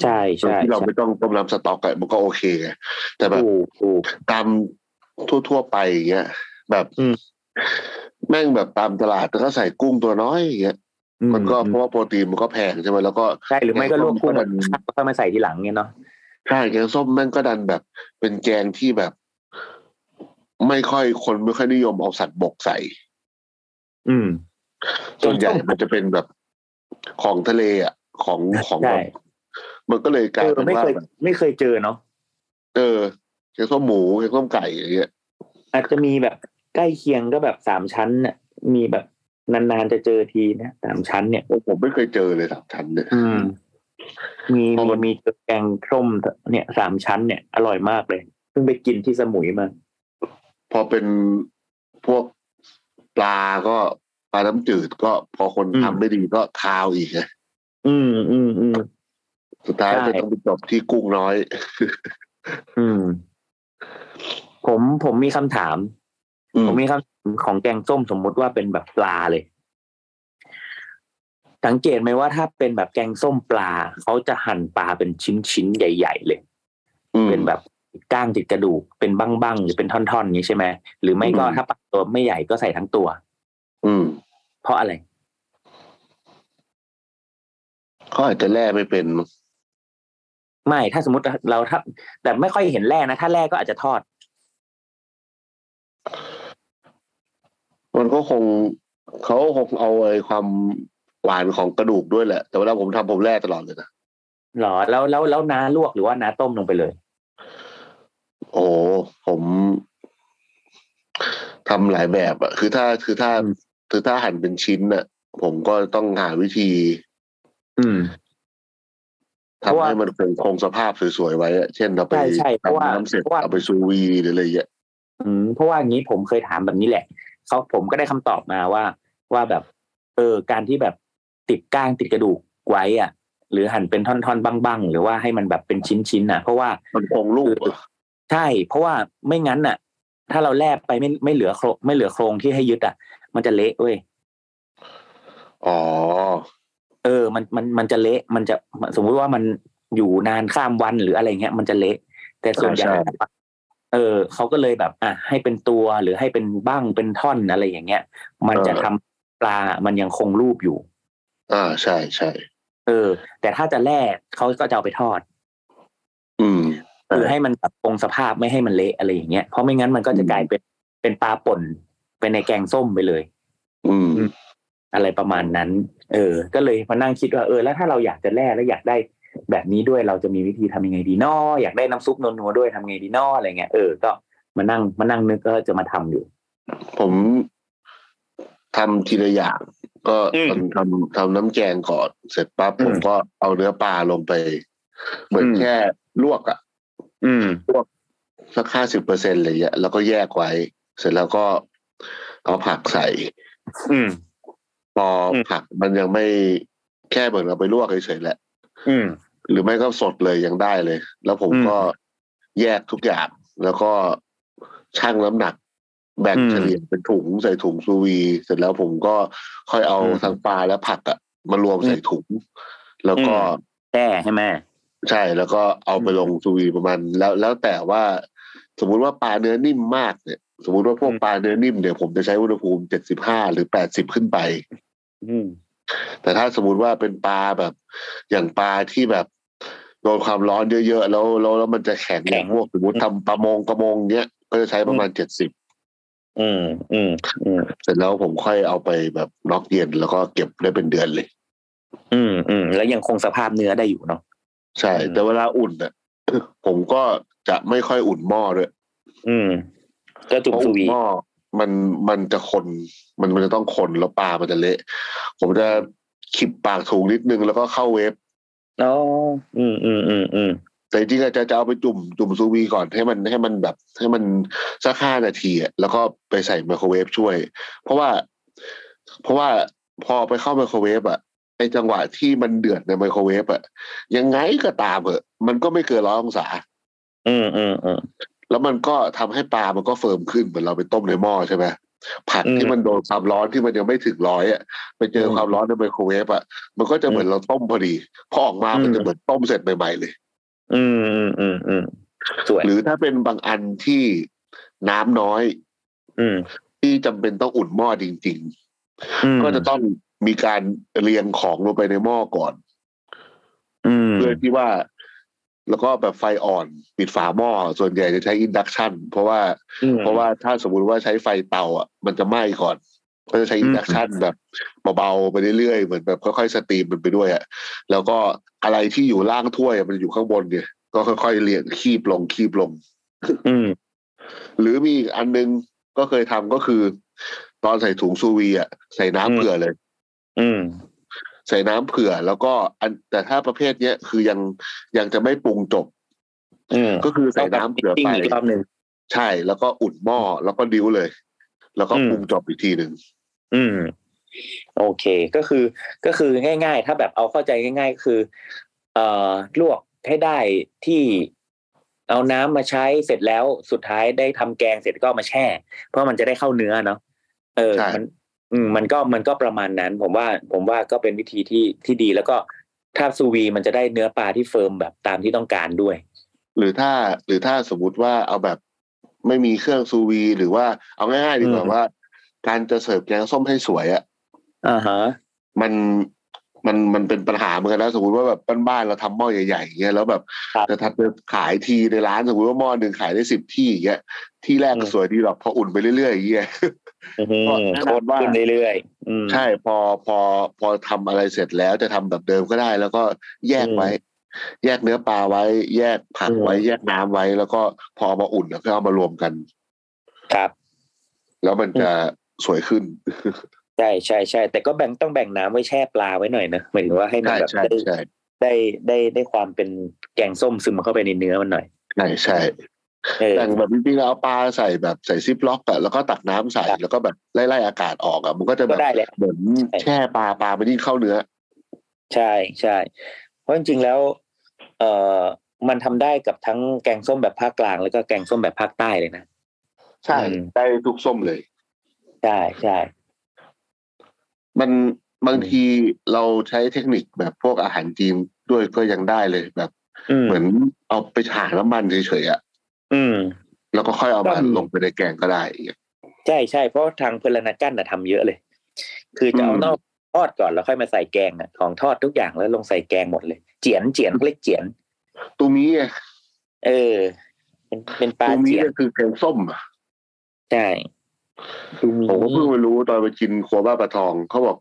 C: ใช่
D: โดย
C: ใช่
D: ที่เรา
C: ใช่
D: ไม่ต้องต้มน้ำสต๊อกอะมันก็โอเคไงแต่แบบ
C: ถูกถูก
D: ตามทั่ว ๆ ไปอย่างเงี้ยแบบ
C: อืม
D: แม่งแบบตามตลาดแล้วก็ใส่กุ้งตัวน้อยอย่างเงี้ย
C: อื
D: มันก็เพราะว่าโปรตีนมันก็แพงใช่ไหมแล้วก็
C: ใช่หรือไม่ก็ลวกกุ้ง
D: แก
C: แล้
D: ง
C: ว
D: ส้มก็มัน
C: ก็มาใส่ทีหลังเนี่ยเนาะ
D: ใช่แกงส้มแม่งก็ดันแบบ เป็นแกงที่แบบ ไม่ค่อยคนไม่ค่อยนิยมเอาสัตว์บกใส่
C: อืม
D: ส่วนใหญ่มันจะเป็นแบบของทะเลอ่ะของของแบบ
C: ใช่
D: มันก็เลยก
C: เอ
D: ลาย
C: อ
D: เป็น
C: ไม่
D: ว่า
C: เคย
D: แบบ
C: ไม่เคยเจอเนาะ
D: เออแกงส้มหมูแกงส้มไก่อย่างเงี้ย
C: อาจจะมีแบบใกล้เคียงก็แบบสามชั้นน่ะ มีแบบนานๆจะเจอทีนะสามชั้นเนี่ย
D: ผมไม่เคยเจอเลยสามชั้นเนี่ย
C: อืม มี
D: เพราะ
C: มี
D: มัน
C: มีแกงส้มเนี่ยสามชั้นเนี่ยอร่อยมากเลยเพิ่งไปกินที่สมุยมา
D: พอเป็นพวกปลาก็ปลาน้ำจืดก็พอคนทำไม่ดีก็คาวอีกไง
C: อืมอืมอืม
D: สุดท้าย
C: ใช่
D: ก็ต้องไปจบที่กุ้งน้อย
C: อืม ผมผมมีคำถาม
D: อืม
C: ผมมีคำถามของแกงส้มสมมุติว่าเป็นแบบปลาเลย สังเกตไหมว่าถ้าเป็นแบบแกงส้มปลาเขาจะหั่นปลาเป็นชิ้นๆใหญ่ ๆ เลย
D: อืม
C: เป็นแบบก้างติดกระดูกเป็นบ้างๆหรือเป็นท่อนๆอย่างนี้ใช่ไหมหรือไม่ก็
D: อืม
C: ถ้าปลาตัวไม่ใหญ่ก็ใส่ทั้งตัว
D: อืม
C: เพราะอะไร
D: เขาอาจจะแล่ไม่เป็นมั้ง
C: ไม่ถ้าสมมติเราถ้าแต่ไม่ค่อยเห็นแร่นะ ถ้าแร่ก็อาจจะทอด
D: มันก็คงเขาคงเอาไอ้ความหวานของกระดูกด้วยแหละ แต่เวลาผมทำผมแล่ตลอดเลยนะ
C: หรอ แล้วแล้วแล้วน้าลวกหรือว่าน้าต้มลงไปเลย
D: โอ้ผมทำหลายแบบอะคือถ้าคือถ้า
C: อืม
D: คือถ้าหั่นเป็นชิ้นอะผมก็ต้องหาวิธี
C: อืม
D: ทำให้มันคงคงสภาพสวยๆไว้อะเช่นเราไป
C: ใช่ใช่เพราะว่า
D: ทำน้ำเสร็จ
C: เพราะว่า
D: เอาไปซูวีหรืออะไรอย่างเงี้ย
C: อืมเพราะว่าอย่างนี้ผมเคยถามแบบนี้แหละเขาผมก็ได้คำตอบมาว่า ว่าแบบ เออ การที่แบบติดก้างติดกระดูกไว้อ่ะ หรือหั่นเป็นท่อนๆบ้างๆหรือว่าให้มันแบบเป็นชิ้นๆนะเพราะว่า
D: มันคงรูปอะ
C: ใช่ เพราะว่าไม่งั้นน่ะ ถ้าเราแลบไปไม่ไม่เหลือโครงไม่เหลือโครงที่ให้ยึดอ่ะ มันจะเละเว้ย
D: อ๋อ
C: เออมันมันมันจะเละมันจะสมมุติว่ามันอยู่นานข้ามวันหรืออะไรเงี้ยมันจะเละ แต่ส่วนใหญ่
D: ใช่
C: เออเขาก็เลยแบบอ่ะให้เป็นตัวหรือให้เป็นบ้างเป็นท่อนอะไรอย่างเงี้ยมันจะทำปลามันยังคงรูปอยู่
D: อ่าใช่ใช่
C: เออ แต่ถ้าจะแล่เขาก็จะเอาไปทอด
D: อืม
C: คือให้มันแบบคงสภาพไม่ให้มันเละอะไรอย่างเงี้ยเพราะไม่งั้นมันก็จะกลายเป็นเป็นปลาป่นไปในแกงส้มไปเลย
D: อืม
C: อืม อะไรประมาณนั้น เออ ก็เลยมานั่งคิดว่าเออ แล้วถ้าเราอยากจะแล่แล้วอยากได้แบบนี้ด้วยเราจะมีวิธีทำยังไงดีนออยากได้น้ำซุปนัวๆด้วยทำไงดีนออะไรเงี้ยเออก็มานั่งมานั่งนึกก็จะมาทำอยู่
D: ผมทำทีละอย่าง ก็
C: อืม
D: ทำทำทำน้ำแกงก่อนเสร็จปั๊บ
C: อืม
D: ผมก็เอาเนื้อปลาลงไป เหมือนแค่ลวกอะ
C: อืม
D: สักห้าสิบเปอร์เซ็นต์อะไรเงี้ยแล้วก็แยกไว้ เสร็จแล้วก็เอาผักใส่
C: อืม
D: พออ
C: ม
D: ผักมันยังไม่แค่เหมือนเราไปลวกเฉยๆแหละ
C: อืม
D: หรือไม่ก็สดเลยยังได้เลย แล้วผม
C: อืม
D: ก็แยกทุกอย่าง แล้วก็ชั่งน้ำหนัก แบ่ง
C: อืม
D: เฉลี่ยเป็นถุงใส่ถุงซูวี เสร็จแล้วผมก็ค่อยเอา
C: อืม
D: ทั้งปลาและผักอะมารวมใส่ถุง แล้วก็
C: อืม แช่ให้แม่
D: ใช่แล้วก็เอาไปลงซูวีประมาณแล้วแล้วแต่ว่า สมมุติว่าปลาเนื้อนิ่มมากเนี่ย สมมุติว่าพวก
C: อืม
D: ปลาเนื้อนิ่มเนี่ยผมจะใช้อุณหภูมิเจ็ดสิบห้าหรือแปดสิบขึ้นไป
C: อืม
D: แต่ถ้าสมมติว่าเป็นปลาแบบ อย่างปลาที่แบบโดนความร้อนเยอะๆแล้วแล้วแล้วมันจะแข็ง
C: แข็ง
D: อย่างพวกสมมติทำประมงประมงเนี้ยก็จะใช้ประมาณเจ็ดสิบ
C: อืมอืมอืม
D: เสร็จแล้วผมค่อยเอาไปแบบน็อกเย็นแล้วก็เก็บได้เป็นเดือนเลย
C: อืมอืมแล้วยังคงสภาพเนื้อได้อยู่เนาะ
D: ใช่
C: อืม
D: แต่เวลาอุ่นอ่ะ ผมก็จะไม่ค่อยอุ่นหม้อด้วย
C: อืม ก็จุ่
D: เพ
C: ม
D: ราะ
C: ส
D: อุ่น
C: วี
D: หม้อมันมันจะคนมันมันจะต้องคนแล้วปลามันจะเละ ผมจะขิบปากถุงนิดนึงแล้วก็เข้าเวฟ
C: อ๋อ อืมอืมอืมอืม
D: แต่จริงๆอาจจะจะเอาไปจุ่มจุ่มซูวีก่อนให้มันให้มันแบบ ให้มันสักห้านาทีอะแล้วก็ไปใส่ไมโครเวฟช่วย เพราะว่า เพราะว่าพอไปเข้าไมโครเวฟอะไอจังหวะที่มันเดือดในไมโครเวฟอะยังไงก็ตามเหอะมันก็ไม่เกินร้อยองศา
C: อืมอืมอืม
D: แล้วมันก็ทำให้ปลามันก็เฟิร์มขึ้นเหมือนเราไปต้มในหม้อใช่ไหมผัก
C: อืม
D: ที่มันโดนความร้อนที่มันยังไม่ถึงร้อยอ่ะไปเจอ
C: อืม
D: ความร้อนในไมโครเวฟอ่ะมันก็จะเหมือนเราต้มพอดีพอออกมามัน
C: อืม
D: จะเหมือนต้มเสร็จใหม่ๆเลย
C: อืมอืมอืมอืมสวย
D: หรือถ้าเป็นบางอันที่น้ำน้อย
C: อืม
D: ที่จำเป็นต้องอุ่นหม้อจริง
C: อืม
D: ๆ ก็จะต้องมีการเรียงของลงไปในหม้อก่อน
C: อืม
D: เพื่อที่ว่า แล้วก็แบบไฟอ่อนปิดฝาหม้อส่วนใหญ่จะใช้อินดักชันเพราะว่า
C: อืม
D: เพราะว่าถ้าสมมุติว่าใช้ไฟเตาอ่ะมันจะไหม้ก่อน ก็จะใช้
C: อืม
D: อินดักชันแบบเบาๆไปเรื่อยๆเหมือนแบบค่อยๆสตรีมมันไปด้วยอ่ะแล้วก็อะไรที่อยู่ล่างถ้วยอะมันอยู่ข้างบนเนี่ยก็ค่อยๆเรียงคีบลงคีบลง
C: อืม
D: หรือมีอีกอันนึงก็เคยทำก็คือ ตอนใส่ถุงซูวีอ่ะใส่น้ำ
C: อืม
D: เผื่อเลย
C: อืม
D: ใส่น้ำเผื่อแล้วก็อันแต่ถ้าประเภทเนี้ยคือยังยังจะไม่ปรุงจบ
C: อืม
D: ก็คือใส่น้ำเผื่อ
C: ต้งกลับ
D: ไป
C: มา mixing กรอบหนึ่ง
D: ใช่ แล้วก็อุ่นหม้อแล้วก็ดิ้วเลย แล้วก็
C: อืม
D: ปรุงจบอีกทีหนึ่ง
C: อืม โอเค ก็คือ ก็คือง่าย ๆ ถ้าแบบเอาเข้าใจง่าย ๆ ก็คือ เอ่อ ลวกให้ได้ที่เอาน้ำมาใช้เสร็จแล้วสุดท้ายได้ทำแกงเสร็จก็เอามาแช่ เพราะมันจะได้เข้าเนื้อเนาะ เออ
D: ใช่
C: มัน อืม มันก็ มันก็ประมาณนั้น ผมว่า ผมว่าก็เป็นวิธีที่ ที่ดี แล้วก็ถ้าซูวีมันจะได้เนื้อปลาที่เฟิร์มแบบตามที่ต้องการด้วย
D: หรือถ้าหรือถ้าสมมุติว่าเอาแบบไม่มีเครื่องซูวีหรือว่าเอาง่ายๆดีกว่า
C: อืม
D: ว่า การจะเสิร์ฟแกงส้มให้สวยอ่ะ
C: อ่าฮะ
D: มันมันมันเป็นปัญหาเหมือนกันนะสมมติว่าแบบบ้านๆเราทำหม้อใหญ่ๆอย่างเงี้ยแล้วแบบ
C: ครับ
D: จะทำจะขายทีในร้านสมมติว่าหม้อหนึ่งขายได้สิบที่อย่างเงี้ยที่แรกก็
C: อืม
D: สวยดีหรอกพออุ่นไปเรื่อยๆอย่างเงี้ย
C: อือฮึ
D: ก็แน่นอนว่า
C: ขึ้นเรื่อยๆอืม
D: ใช่พอพอพอทำอะไรเสร็จแล้วจะทำแบบเดิมก็ได้ แล้วก็แยกไว้ แยกเนื้อปลาไว้ แยกผัก
C: อืม
D: ไว้ แยกน้ำไว้ แล้วก็พอเอามาอุ่นแล้วก็เอามารวมกัน
C: ครับ
D: แล้วมันจะสวยขึ้น
C: ใช่ใช่ใช่แต่ก็แบ่งต้องแบ่งน้ำไว้แช่ปลาไว้หน่อยนะหมายถึงว่าให้มัน
D: ใช่
C: แบบ
D: ใช่
C: ได้
D: ใช่
C: ได้ได้ได้ความเป็นแกงส้มซึมเข้าไปในเนื้อมันหน่อย
D: ใช่ใช่
C: เออ
D: แต่งแบบจริงๆแล้วเอาปลาใส่แบบใส่ซิปล็อกอะแล้วก็ตักน้ำใส่แล้วก็แบบไล่ๆอากาศออกอะมันก็จะแบ
C: ก็
D: บ
C: ได้แหละ
D: เหมือนแช่ปลาปลามันยิ่งเข้าเนื้อ
C: ใช่ใช่เพราะจริงๆแล้ว เอ่อมันทำได้กับทั้งแกงส้มแบบภาคกลางแล้วก็แกงส้มแบบภาคใต้เลยนะ
D: ใช่
C: อืม
D: ได้ทุกส้มเลย
C: ใช่ใช่
D: มันบาง
C: อืม
D: ทีเราใช้เทคนิคแบบพวกอาหารจีนด้วยก็ยังได้เลยแบบ
C: อืม
D: เหมือนเอาไปฉาน้ำมันเฉยๆอะ
C: อืม
D: แล้วก็ค่อยเอามา
C: อืม
D: ลงไปในแกงก็ได้อย่างเงี้ย
C: ใช่ใช่เพราะทางเพลนากันน่ะทำเยอะเลย คือจะเอา
D: อืม
C: นอกทอดก่อนแล้วค่อยมาใส่แกงอ่ะของทอดทุกอย่างแล้วลงใส่แกงหมดเลย เจียนเจียนเขาเรียกเจียน
D: ตูมีไง
C: เออ เป็นเป็นปลา
D: ตูมี
C: เจียน
D: ก็คือแกงส้มอะ
C: ใช่
D: ผมก็เพิ่งไปรู้ตอนไปกินครัวบ้านปลาทองเขาบอก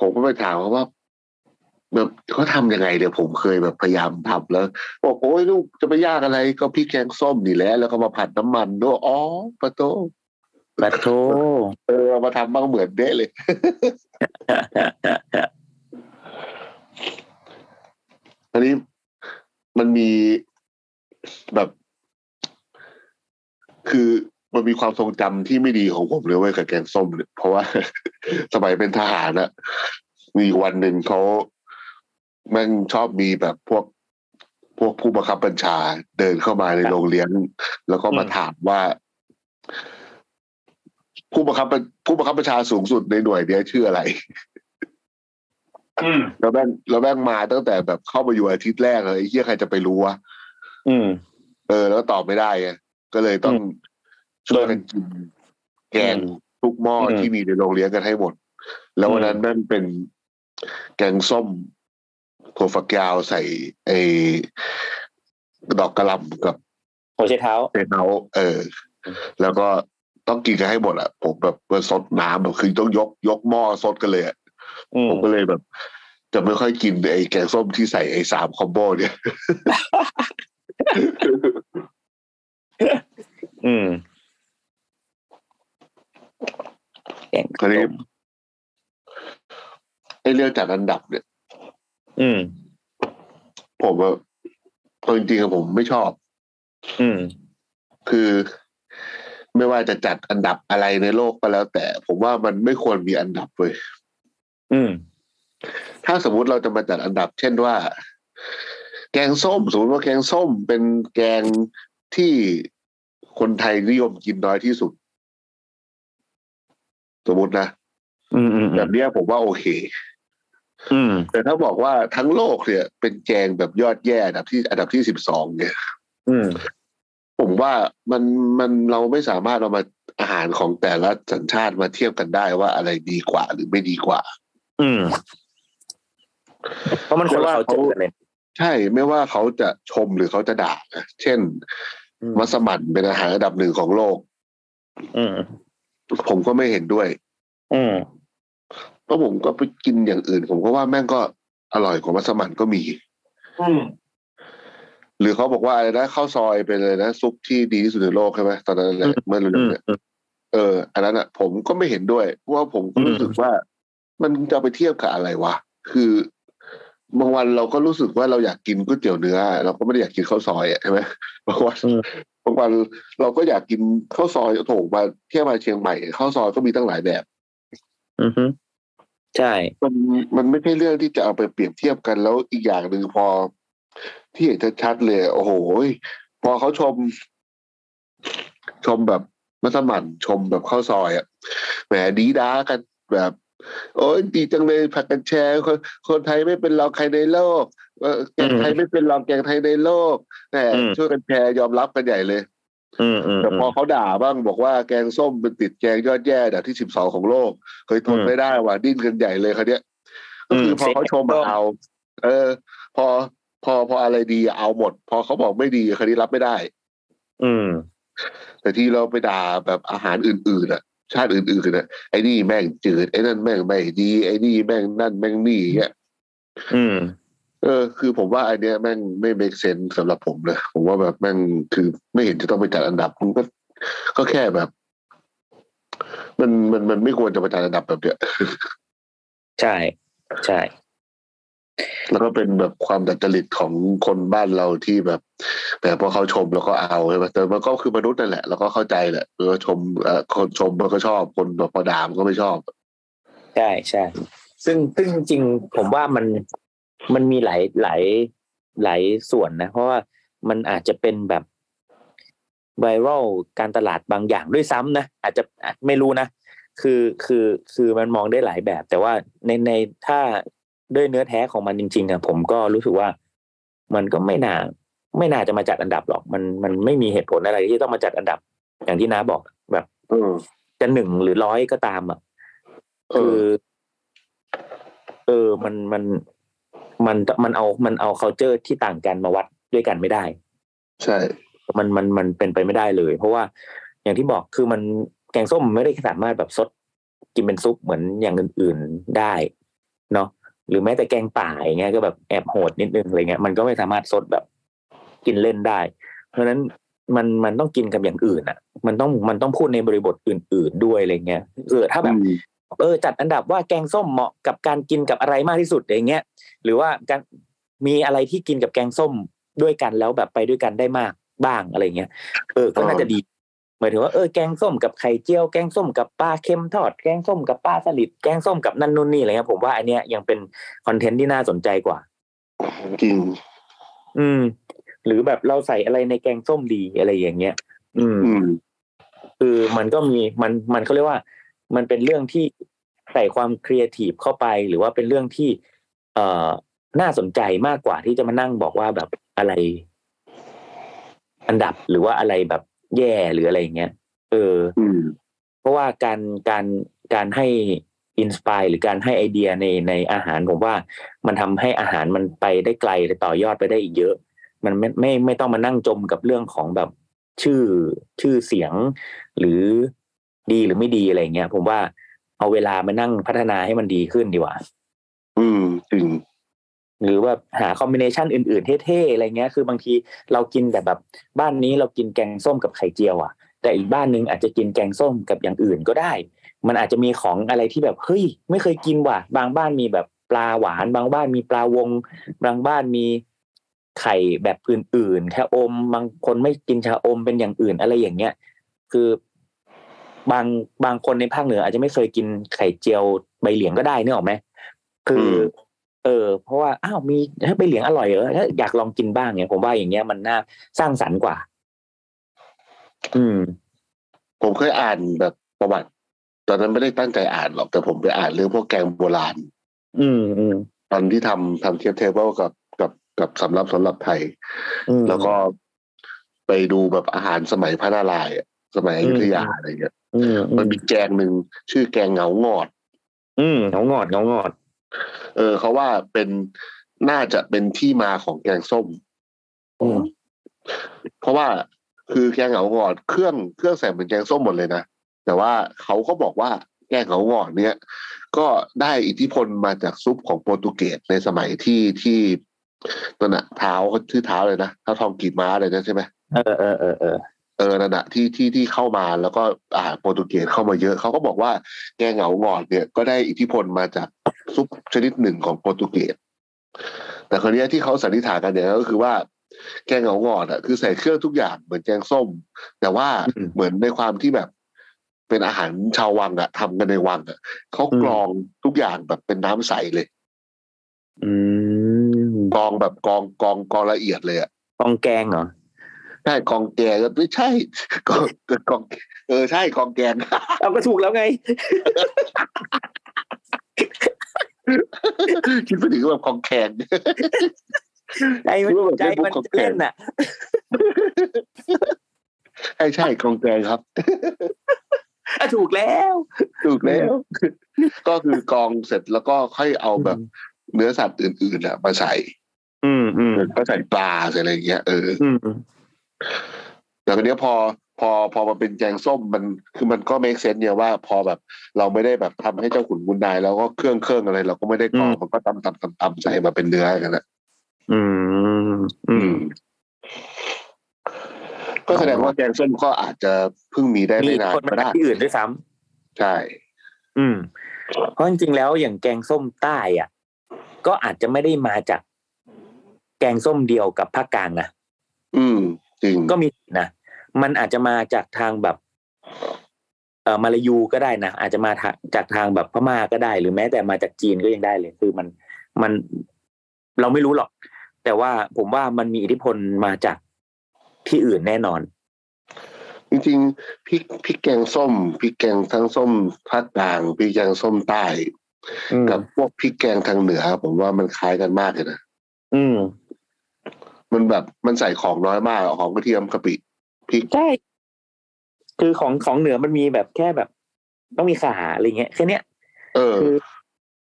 D: ผมก็ไปถามเขาว่า แบบเขาทำยังไงเดี๋ยวผมเคยแบบพยายามทำแล้วบอกโอ้ยลูกจะไปยากอะไรก็พริกแกงส้มนี่แหละแล้วก็มาผัดน้ำมันด้วยอ๋อปะโต
C: ปลาโท
D: เออเอามาทำบ้างเหมือนเด้เลย อันนี้มันมีแบบ คือ มันมีความทรงจำที่ไม่ดีของผมเลยเว้ยกับแกงส้มเนี่ยเพราะว่า สมัยเป็นทหารอะมีวันหนึ่งเขาแม่งชอบมีแบบพวก พวกผู้บังคับบัญชาเดินเข้ามาใน
C: ครับ
D: โรงเลี้ยง แล้วก็มา
C: อืม
D: ถามว่า ผู้บังคับบัญผู้บังคับบัญชาสูงสุดในหน่วยเนี้ยชื่ออะไร
C: อืม
D: แล้วแม่งแล้วแม่งมาตั้งแต่แบบเข้ามาอยู่อาทิตย์แรกเลยไอ้เหี้ยใครจะไปรู้วะ
C: อืม
D: เออแล้วตอบไม่ได้ไงก็เลยต้องช่วยกันกินแกงทุกหม้ออ
C: ม
D: ที่มีในโรงเรียนกันให้หมด แล้ววันนั้นนั่นเป็นแกงส้มถั่วฝักยาวใส่ไอ้ดอกกระหลำกับ
C: โอเชเท้า
D: เต้าเออ
C: อืม
D: แล้วก็ต้องกินกันให้หมดอ่ะผมแบบเปิดสดน้ำแบบคือต้องยกยกหม้อสดกันเลยอะ
C: อืม
D: ผมก็เลยแบบ จะไม่ค่อยกินไอ้แกงส้มที่ใส่ไอ้สามคอมโบเนี่ย
C: อืมแกง
D: คราวนี้ไอ้เรื่องจัดอันดับเนี่ย
C: อืม
D: ผมว่าเอาจริงๆอะผมไม่ชอบ
C: อืม
D: คือไม่ว่าจะจัดอันดับอะไรในโลกก็แล้ว แต่ผมว่ามันไม่ควรมีอันดับเลย
C: อืม
D: ถ้าสมมุติเราจะมาจัดอันดับ เช่นว่า แกงส้มสมมติว่าแกงส้มเป็นแกงที่คนไทยนิยมกินน้อยที่สุด สมมตินะ
C: อืมอืม
D: แบบเนี้ยผมว่าโอเค
C: อืม
D: แต่ถ้าบอกว่าทั้งโลกเนี่ย เป็นแกงแบบยอดแย่อันดับที่อันดับที่สิบสองเนี่ย
C: อืม
D: ผมว่ามันมันเราไม่สามารถเอามาอาหารของแต่ละสัญชาติมาเทียบกันได้ว่าอะไรดีกว่าหรือไม่ดีกว่า
C: อืมเพราะมันคนละเขาเจอกันเลย
D: ใช่ไม่ว่าเขาจะชมหรือเขาจะด่านะเช่น
C: อืม
D: มัสมั่นเป็นอาหารอันดับหนึ่งของโลก
C: อืม
D: ผมก็ไม่เห็นด้วย
C: อืม
D: เพราะผมก็ไปกินอย่างอื่น ผมก็ว่าแม่งก็อร่อยกว่ามัสมั่นก็มี
C: อืม
D: หรือเขาบอกว่าอะไรนะข้าวซอยเป็นอะไรนะซุปที่ดีที่สุดในโลกใช่ไหมตอนนั้นอะไรเมื่อเร็วๆเนี่ย เออ อันนั้นอ่ะ ผมก็ไม่เห็นด้วยเพราะว่าผมก็รู้สึกว่า มันจะเอาไปเทียบกับอะไรวะคือบางวันเราก็รู้สึกว่าเราอยากกินก๋วยเตี๋ยวเนื้อ เราก็ไม่ได้อยากกินข้าวซอยอ่ะใช่ไหมบางวัน
C: อืม
D: บางวันเราก็อยากกินข้าวซอยโถมาเที่ยวมาเชียงใหม่ข้าวซอยก็มีตั้งหลายแบบ
C: อืมใช่
D: มันมันไม่ใช่เรื่องที่จะเอาไปเปรียบเทียบกันแล้วอีกอย่างหนึ่งพอ ที่เห็นชัดๆเลยโอ้โหยพอเขาชม ชมแบบมัสมั่นชมแบบข้าวซอยอะแหมดีด้ากันแบบ โอ้ยดีจังเลยผักกันแชร์คนคนไทยไม่เป็นรองใครในโลกเออแกงไทยไม่เป็นรองแกงไทยในโลกแหม
C: อืม
D: ช่วยกันแชร์ยอมรับกันใหญ่เลย
C: อืมอืม
D: แต่พอเขาด่าบ้างบอกว่าแกงส้มเป็นติดแกงยอดแย่แบบที่สิบสองของโลก เคยทน
C: อืม
D: ไม่ได้ว่ะดิ้นกันใหญ่เลยคราวเนี้ยก็คือ
C: ม
D: พอเขาชม
C: เซ็
D: อะ
C: ต
D: เอา เออ พอพอพออะไรดีเอาหมด พอเขาบอกไม่ดีคราวนี้รับไม่ได้
C: อืม
D: แต่ที่เราไปด่าแบบอาหารอื่นๆอ่ะ ชาติอื่นๆน่ะไอ้นี่แม่งจืดไอ้นั่นแม่งไม่ดีไอ้นี่แม่งนั่นแม่งนี่อย่างเงี้ย
C: อืม
D: เออคือผมว่าไอเนี้ยแม่งไม่ make sense สำหรับผมเลยผมว่าแบบแม่งคือไม่เห็นจะต้องไปจัดอันดับมันก็ก็แค่แบบ มันมันมันไม่ควรจะไปจัดอันดับแบบเนี้ย
C: ใช่ ใช่
D: แล้วก็เป็นแบบความดัดจริตของคนบ้านเราที่แบบ แต่พอเขาชมแล้วก็เอาใช่ไหมแต่มันก็คือมนุษย์นั่นแหละ แล้วก็เข้าใจแหละเออชมเอ่อคนชมมันก็ชอบคนแบบพอด่ามันก็ไม่ชอบ
C: ใช่ใช่ซึ่งซึ่งจริงๆผมว่ามันมันมีหลายหลายหลายส่วนนะ เพราะว่ามันอาจจะเป็นแบบไวรัลการตลาดบางอย่างด้วยซ้ำนะอาจจะอ่ะไม่รู้นะคือคือคือมันมองได้หลายแบบ แต่ว่าในในถ้าด้วยเนื้อแท้ของมันจริงๆอะผมก็รู้สึกว่า มันก็ไม่น่า ไม่น่าจะมาจัดอันดับหรอก มันมันไม่มีเหตุผลอะไรที่ต้องมาจัดอันดับ อย่างที่น้าบอกแบบ
D: เออ
C: จะหนึ่งหรือร้อยก็ตามอ่ะ
D: เอ
C: คือ
D: อ
C: เออมันมันมันมันเอามันเอา culture ที่ต่างกันมาวัดด้วยกันไม่ได้
D: ใช่
C: มันมันมันเป็นไปไม่ได้เลย เพราะว่าอย่างที่บอกคือมันแกงส้มมันไม่ได้สามารถแบบซดกินเป็นซุปเหมือนอย่างอื่นๆได้เนาะหรือแม้แต่แกงป่าอย่างเงี้ยก็แบบแอบโหดนิดนึงอะไรเงี้ยมันก็ไม่สามารถซดแบบกินเล่นได้ เพราะฉะนั้นมันมันต้องกินกับอย่างอื่นอ่ะ มันต้องมันต้องพูดในบริบทอื่น ๆด้วยอะไรเงี้ยเออถ้าแบบ
D: อืม
C: เออจัดอันดับว่าแกงส้มเหมาะกับการกินกับอะไรมากที่สุดอย่างเงี้ยหรือว่าการมีอะไรที่กินกับแกงส้มด้วยกันแล้วแบบไปด้วยกันได้มากบ้างอะไรเงี้ยเออก็น่าจะดี หมายถึงว่าเออแกงส้มกับไข่เจียว แกงส้มกับปลาเค็มทอด แกงส้มกับปลาสลิดแกงส้มกับนั่นนู่นนี่อะไรเงี้ยผมว่าอันเนี้ยยังเป็นคอนเทนต์ที่น่าสนใจกว่า
D: จริง
C: อืม หรือแบบเราใส่อะไรในแกงส้มดีอะไรอย่างเงี้ย อืม
D: อืม
C: คือมันก็มีมันมันเขาเรียกว่า มันเป็นเรื่องที่ใส่ความครีเอทีฟเข้าไป หรือว่าเป็นเรื่องที่ เอ่อน่าสนใจมากกว่าที่จะมานั่งบอกว่าแบบอะไร อันดับหรือว่าอะไรแบบแย่หรืออะไรอย่างเงี้ยเออ
D: อืม
C: เพราะว่าการการการให้อินสปายหรือการให้ไอเดียในในอาหารผมว่า มันทำให้อาหารมันไปได้ไกลและต่อยอดไปได้อีกเยอะ มันไม่ไม่ไม่ต้องมานั่งจมกับเรื่องของแบบชื่อชื่อเสียง หรือดีหรือไม่ดีอะไรเงี้ยผมว่าเอาเวลามานั่งพัฒนาให้มันดีขึ้นดีกว่า
D: อืมจริง
C: หรือว่าหาคอมบิเนชันอื่นๆเท่ๆอะไรเงี้ย คือบางทีเรากินแต่แบบบ้านนี้เรากินแกงส้มกับไข่เจียวอ่ะ แต่อีกบ้านหนึ่งอาจจะกินแกงส้มกับอย่างอื่นก็ได้ มันอาจจะมีของอะไรที่แบบเฮ้ยไม่เคยกินว่ะ บางบ้านมีแบบปลาหวาน บางบ้านมีปลาวง บางบ้านมีไข่แบบอื่นๆแค่อม บางคนไม่กินชาอมเป็นอย่างอื่นอะไรอย่างเงี้ย คือบางบางคนในภาคเหนืออาจจะไม่เคยกินไข่เจียวใบเหลียงก็ได้เนี่ยหรอกไหมคือ
D: ม
C: เออ เพราะว่าอ้าวมีถ้าใบเหลียงอร่อยเหรอถ้าอยากลองกินบ้างเนี่ยผมว่าอย่างเงี้ยมันน่าสร้างสรรค์กว่า อืม
D: ผมเคยอ่านแบบประวัติ ตอนนั้นไม่ได้ตั้งใจอ่านหรอกแต่ผมไปอ่านเรื่องพวกแกงโบราณ
C: อืมอืม
D: ตอนที่ทำทำเทียบเทเบิลกับกับกับสำรับสำหรับไทย
C: อืม
D: แล้วก็ไปดูแบบอาหารสมัยพระนารายณ์อะสมัยอยุธยา
C: อืม
D: อะไรเงี้ย
C: อืมอื
D: มัน
C: ม
D: มีแกงหนึ่งชื่อแกงเหงางอด
C: อืมเงางอดเงางอด
D: เออเขาว่าเป็นน่าจะเป็นที่มาของแกงส้ม
C: อืม
D: เพราะว่าคือแกงเหงางอดเครื่องเครื่องใส่เป็นแกงส้มหมดเลยนะแต่ว่าเขาก็บอกว่าแกงเหงางอดเนี่ย ก็ได้อิทธิพลมาจากซุปของโปรตุเกสในสมัยที่ที่ตอนน่ะเท้าชื่อเท้าเลยนะเท้าทองกีบม้าเลยนะใช่ไหม
C: เออเออเออเออ
D: เออนั่นแหะที่ที่ที่เข้ามาแล้วก็อาหารโปรตุเกสเข้ามาเยอะเขาก็บอกว่าแกงเหงางอดเนี่ยก็ได้อิทธิพลมาจากซุปชนิดหนึ่งของโปรตุเกสแต่คราวเนี้ยที่เขาสันนิษฐานกันเนี่ยก็คือว่า แกงเหงางอดอ่ะคือใส่เครื่องทุกอย่างเหมือนแกงส้ม แต่ว่าเหมือนในความที่แบบเป็นอาหารชาววังอ่ะทำกันในวังอ่ะเขากรองทุกอย่างแบบเป็นน้ำใสเลย
C: อืม
D: กรองแบบกรองกรองกรองละเอียดเลยอ่ะ
C: กองแกงเหรอ
D: ใช่กองแกงไม่ใช่ กองกองเออใช่กองแกง
C: เอาก็ถูกแล้วไง
D: คิดไปถึงแบบของแขน
C: ใจมัน
D: คิดว่าแบบ
C: ใจมัน
D: Facebook ของแกง
C: เล่นน่ะ
D: ใช่ใช่ของแกนครับ
C: อ่ะถูกแล้ว
D: ถูกแล้ว ก็คือกองเสร็จแล้วก็ค่อยเอาแบบเนื้อสัตว์อื่นๆอ่ะมาใส่
C: อืมอืม
D: ก็ใส่ปลาใส่อะไรอย่างเงี้ยเออ
C: อืม
D: แต่คราวเนี้ยพอพอพอมาเป็นแกงส้มมันคือมันก็เมคเซนเนี่ยว่าพอแบบ เราไม่ได้แบบทำให้เจ้าขุนบุญนายแล้วก็เครื่องเครื่องอะไร เราก็ไม่ได้กรองมันก็ตำตำตำตำใส่มาเป็นเนื้อกันนะ
C: อืมอืม
D: ก็แสดงว่าแกงส้มก็อาจจะเพิ่งมีได้
C: มี
D: ไม่นาน
C: คน
D: ก็
C: มา
D: ได้
C: จากที่อื่นด้วยซ้ำ
D: ใช่
C: อืมเพราะจริงๆแล้วอย่างแกงส้มใต้อ่ะ ก็อาจจะไม่ได้มาจาก แกงส้มเดียวกับภาคกลางนะ
D: อืม จริง
C: ก็มีนะมันอาจจะมาจากทางแบบ เอ่อมาลายูก็ได้นะอาจจะมาทางจากทางแบบพม่าก็ได้ หรือแม้แต่มาจากจีนก็ยังได้เลย คือมันมันเราไม่รู้หรอก แต่ว่าผมว่ามันมีอิทธิพลมาจากที่อื่นแน่นอน
D: จริงๆพริกพริกแกงส้มพริกแกงทั้งส้มภาคกลางพริกแกงส้มใต้
C: อืม
D: กับพวกพริกแกงทางเหนือ ผมว่ามันคล้ายกันมากเลยนะ
C: อืม
D: มันแบบมันใส่ของน้อยมากหอมกระเทียมกะปิพริก
C: ใช่คือของของเหนือมันมีแบบแค่แบบ ต้องมีข่าอะไรเงี้ยแค่เนี้ย
D: เออ
C: คือ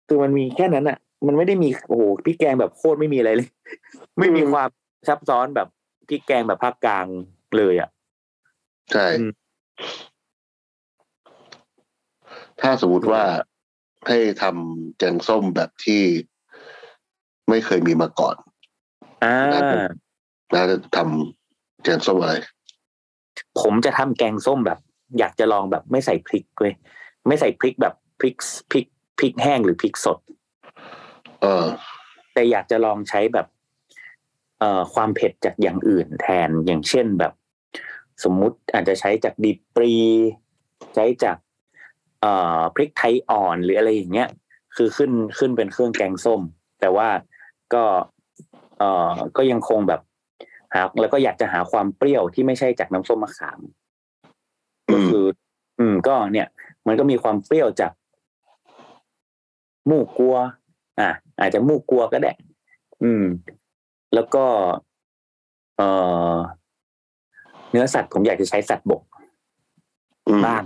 C: คือมันมีแค่นั้นอ่ะ มันไม่ได้มีโอ้โหพริกแกงแบบโคตรไม่มีอะไรเลย ไม่มีความซับซ้อนแบบพริกแกงแบบภาคกลางเลยอ่ะ
D: ใช่
C: อืม
D: ถ้าสมมติว่าให้ทำแกงส้มแบบที่ไม่เคยมีมาก่อน
C: อ่า
D: ครับผม น่าจะทำแกงส้มอะไร
C: ผมจะทำแกงส้มแบบ อยากจะลองแบบไม่ใส่พริกเว้ยไม่ใส่พริกแบบพริกพริกพริกแห้งหรือพริกสด
D: เออ
C: แต่อยากจะลองใช้แบบ เอ่อความเผ็ดจากอย่างอื่นแทนอย่างเช่นแบบ สมมุติอาจจะใช้จากดีปรี ใช้จากเอ่อพริกไทยอ่อนหรืออะไรอย่างเงี้ย คือขึ้นขึ้นเป็นเครื่องแกงส้ม แต่ว่าก็เอ่อก็ยังคงแบบหาแล้วก็อยากจะหาความเปรี้ยวที่ไม่ใช่จากน้ำส้มมะขาม ก็คือ อืม ก็เนี่ย มันก็มีความเปรี้ยวจากมูกกัว อ่ะอาจจะมูกกัวก็ได้ อืม แล้วก็ เอ่อ เนื้อสัตว์ผมอยากจะใช้สัตว์บก
D: อืม
C: บ้าง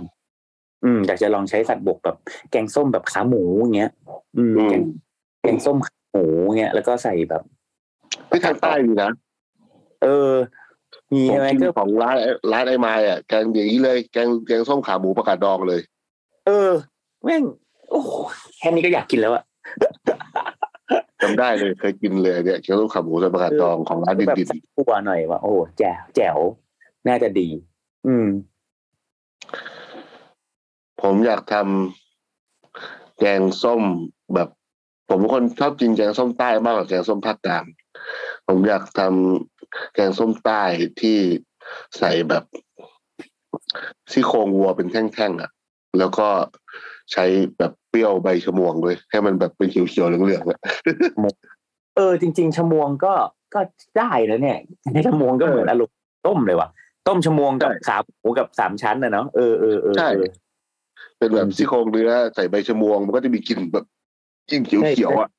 C: อืม อยากจะลองใช้สัตว์บกแบบ แกงส้มแบบขาหมูอย่างเงี้ย อืม
D: อืม
C: แกงแกงส้มขาหมูเงี้ย แล้วก็ใส่แบบ
D: ไปทางใต้ดีนะ
C: เออ มี
D: ของ
C: อะไร
D: กิน
C: ก็
D: ของร้านร้านไอ้ไม้อะแกงอย่างนี้เลยแกงแกงส้มขาหมูประกาศดองเลย
C: เออ แม่ง โอ้โหแค่นี้ก็อยากกินแล้วอะ
D: จำได้เลยเคยกินเลยเนี่ยเคี้ยวลูกขาหมูสประกาศดองของร้านดิน
C: แบบ
D: ดิน
C: ใส่ถั่วหน่อยว่าโอ้โหแจ๋วแจ๋วน่าจะดี อืม
D: ผมอยากทำแกงส้มแบบ ผมเป็นคนชอบกินแกงส้มใต้มากกว่าแกงส้มภาคกลางผมอยากทำแกงส้มใต้ที่ใส่แบบซี่โครงวัวเป็นแท่งๆอ่ะ แล้วก็ใช้แบบเปรี้ยวใบชะมวงด้วยให้มันแบบเป็นเขียวๆเหลืองๆอะ
C: เออ จริง ๆชะมวงก็ก็ได้นะเนี่ย ชะมวงก็เหมือนอารมณ์ต้มเลยว่ะต้มชะมวงกับขาหมูกับสามชั้นนะเนาะเออเออเออ
D: ใช่
C: เออ
D: เป็นแบบซี่โครงเนื้อใส่ใบชะมวง มันก็จะมีกลิ่นแบบกลิ่นเขียวๆอ่ะ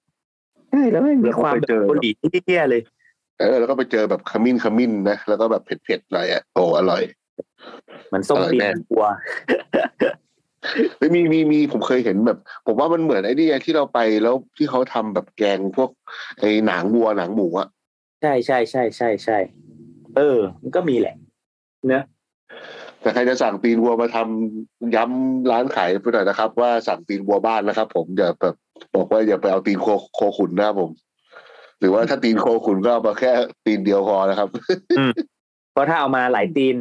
C: ใช่แล้วไม่
D: แล้
C: มี
D: วก็
C: ความ
D: ไป
C: แบบ
D: เจอ
C: เกาหลีที่เที่ยเลย
D: เออแล้วก็ไปเจอแบบขมิ้นขมิ้นนะแล้วก็แบบเผ็ดๆหน่อยอ่ะโอ้อร่อย
C: เหมือนส้ม
D: อะไร
C: ตี
D: แน่
C: นวัว
D: เอ้ยมีมีมีผมเคยเห็นแบบ ผมว่ามันเหมือนไอ้นี่ไงที่เราไปแล้วที่เขาทำแบบแกงพวกไอ้หนังวัวหนังหมูอะ
C: ใช่ใช่ใช่ใช่ใช่เออ มันก็มีแหละ
D: แต่ใครจะสั่งตีนวัวมาทำย้ำร้านขายไปหน่อยนะครับ ว่าสั่งตีนวัวบ้านนะครับ ผมอย่าแบบบอกว่าอย่าไปเอาตีนโคโคขุนนะครับผม หรือว่าถ้าตีนโคขุนก็เอามาแค่ตีนเดียวพอนะครับ
C: เพราะถ้าเอามาหลายตีน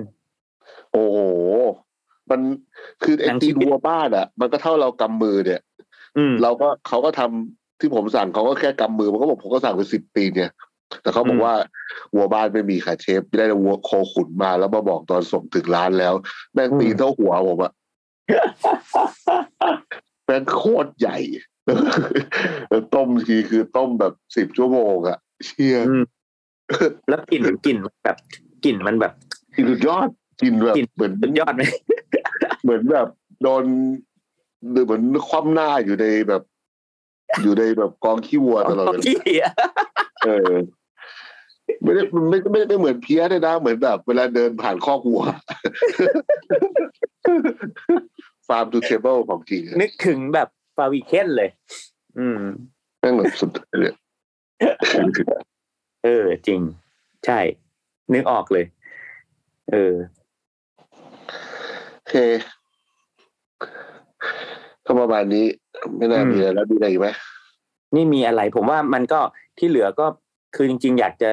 D: โอ้โหมันคือไอ้
C: หนังชี
D: ตีน
C: วิต
D: วัวบ้านอะมันก็เท่าเรากำมือเนี่ย
C: อืม
D: เราก็เขาก็ทำที่ผมสั่งเขาก็แค่กำมือมันก็บอกผมก็สั่งไปสิบปีเนี่ย แต่เขาบอ
C: อื
D: ก
C: ม
D: ว่าวัวบ้านไม่มีค่ะเชฟได้แต่วัวโคขุนมาแล้วมาบอกตอนส่งถึงร้านแล้วแม่งตีนเท่าหัวผม อะแม่งโคตรใหญ่ แล้วต้มทีคือต้มแบบสิบชั่วโมงอะเชี่ย
C: อืมแล้วกลิ่นกลิ่นมันแบบกลิ่นมันแบบ
D: กินสุดยอดกินแบบ
C: กิน
D: เหมือน
C: สุดยอดไหม
D: เหมือนแบบโดนหรือเหมือนคว่ำหน้าอยู่ในแบบ อยู่ในแบบกองขี้วัวตลอดเวลา เออไม่ได้มันไม่ไม่ได้เหมือนเพี้ยเลยนะเหมือนแบบ เวลาเดินผ่านคอกวั ว ฟาร์มทูเทเบิลของจริง
C: นึกถึงแบบฟาวิเคนเลย อืม
D: แม่งแบบสุดเลย
C: เออ จริง ใช่ นึกออกเลย เออ
D: โอเคก็ประมาณนี้ ไม่น่ามีอะไรแล้วมีอะไรอีกไหม
C: นี่มีอะไร ผมว่ามันก็ที่เหลือก็คือจริง ๆ อยากจะ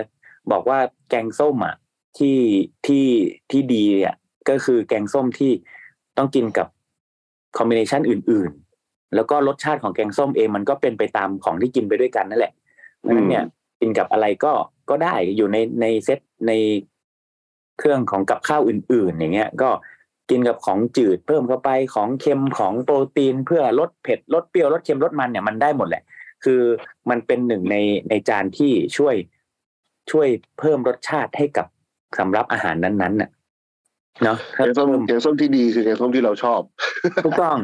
C: บอกว่าแกงส้มอ่ะที่ที่ที่ดีเนี่ยก็คือแกงส้มที่ต้องกินกับคอมบิเนชันอื่น ๆ แล้วก็รสชาติของแกงส้มเองมันก็เป็นไปตามของที่กินไปด้วยกันนั่นแหละเพราะฉะนั้นเนี่ยกินกับอะไรก็ก็ได้อยู่ในในเซตในเครื่องของกับข้าวอื่น ๆ อย่างเงี้ย ก็กินกับของจืดเพิ่มเข้าไปของเค็มของโปรตีนเพื่อลดเผ็ดลดเปรี้ยวลดเค็มลดมันเนี่ยมันได้หมดแหละ คือมันเป็นหนึ่งในในจานที่ช่วยช่วยเพิ่มรสชาติให้กับสำรับอาหารนั้นๆน่ะเนาะ
D: แกงส้มแกงส้มที่ดีคือแกงส้มที่เราชอบ
C: ถูกต้อง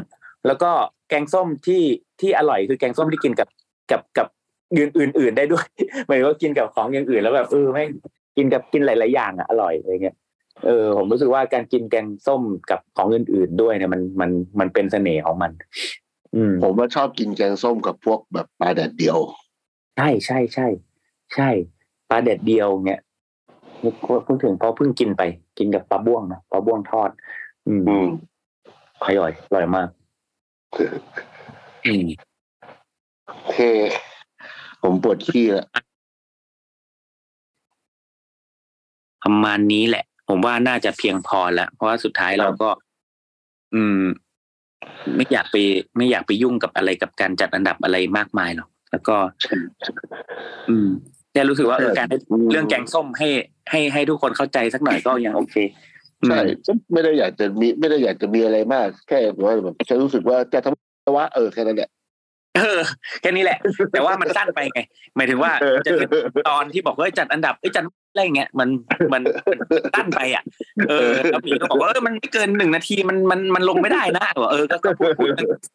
C: แล้วก็แกงส้มที่ที่อร่อยคือแกงส้มที่กินกับกับกับอื่นอื่นๆได้ด้วย หมายถึงว่ากินกับของอย่างอื่นแล้วแบบเออแม่งกินกับกินหลายๆอย่างอ่ะอร่อยอะไรเงี้ยเออผมรู้สึกว่าการกินแกงส้มกับของอื่นๆด้วยเนี่ยมันมันมันเป็นเสน่ห์ของมัน อืม
D: ผมว่าชอบกินแกงส้มกับพวกแบบปลาแดดเดียว
C: ใช่ใช่ใช่ใช่ปลาแดดเดียวเนี่ยนึกว่าเพิ่งถึงเพราะเพิ่งกินไป กินกับปลาบ้วงนะปลาบ้วงทอด อืม
D: อืม
C: อร่อยอร่อยมาก อืม
D: โอเค ผมปวดขี้ละ
C: ประมาณนี้แหละ ผมว่าน่าจะเพียงพอแล้ว เพราะว่าสุดท้ายเราก็ อืม ไม่อยากไปไม่อยากไปยุ่งกับอะไรกับการจัดอันดับอะไรมากมายหรอกแล้วก็ อืมแต่รู้สึกว่าเออการได้ เรื่องแกงส้มให้ให้ให้ทุกคนเข้าใจสักหน่อยก็ยังโอเค
D: ใช่ฉันไม่ได้อยากจะมีไม่ได้อยากจะมีอะไรมาก แค่แบบว่าแบบฉันรู้สึกว่าจะทำวะเออแค่นั้นแหละ
C: เออแค่นี้ แหละ แต่ว่ามันสั้นไปไง หมายถึงว่า
D: เออ
C: จะเป็นตอนที่บอกว่าจัดอันดับไอ้ยจัดอะไรอย่างเงี้ยมันมันมันสั้นไปอ่ะ เออแล้วหมีก็บอกว่าเออมันไม่เกินหนึ่งนาทีมันมันมันลงไม่ได้นะบอกเออก็ก็พูดพูด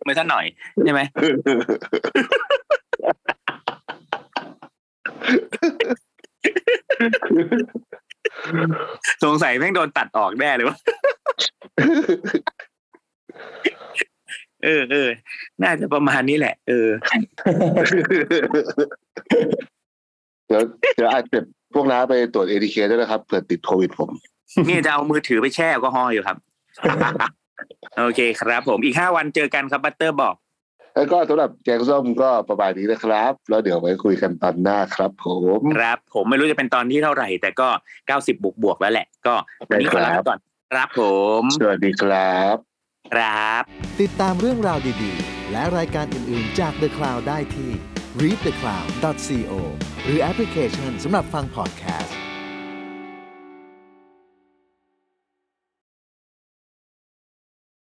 C: มาสักหน่อยใช่ไหมสงสัยแม่งโดนตัดออกแน่เลยวะเออเออน่าจะประมาณนี้แหละ เออ
D: แล้วเดี๋ยวอาจจะพวกน้าไปตรวจเอทีเคด้วยนะครับเผื่อติดโควิดผม
C: นี่จะเอามือถือไปแช่แอลกอฮอล์อยู่ครับ โอเคครับผมอีกห้าวันเจอกันครับบัตเตอร์บอก
D: แล้วก็สำหรับแกงส้มก็ประมาณนี้นะครับ แล้วเดี๋ยวไว้คุยกันตอนหน้าครับผม
C: ครับ ผมไม่รู้จะเป็นตอนที่เท่าไหร่ แต่ก็เก้าสิบบวกบวกๆแล้วแหละ ก็วันนี้ขอลาไปก่อนครับผม
D: สวัสดีครับ
C: ครับ
A: ติดตามเรื่องราวดีๆ และรายการอื่นๆจาก The Cloud ได้ที่ readthecloud.co หรือแอปพลิเคชันสำหรับฟัง podcast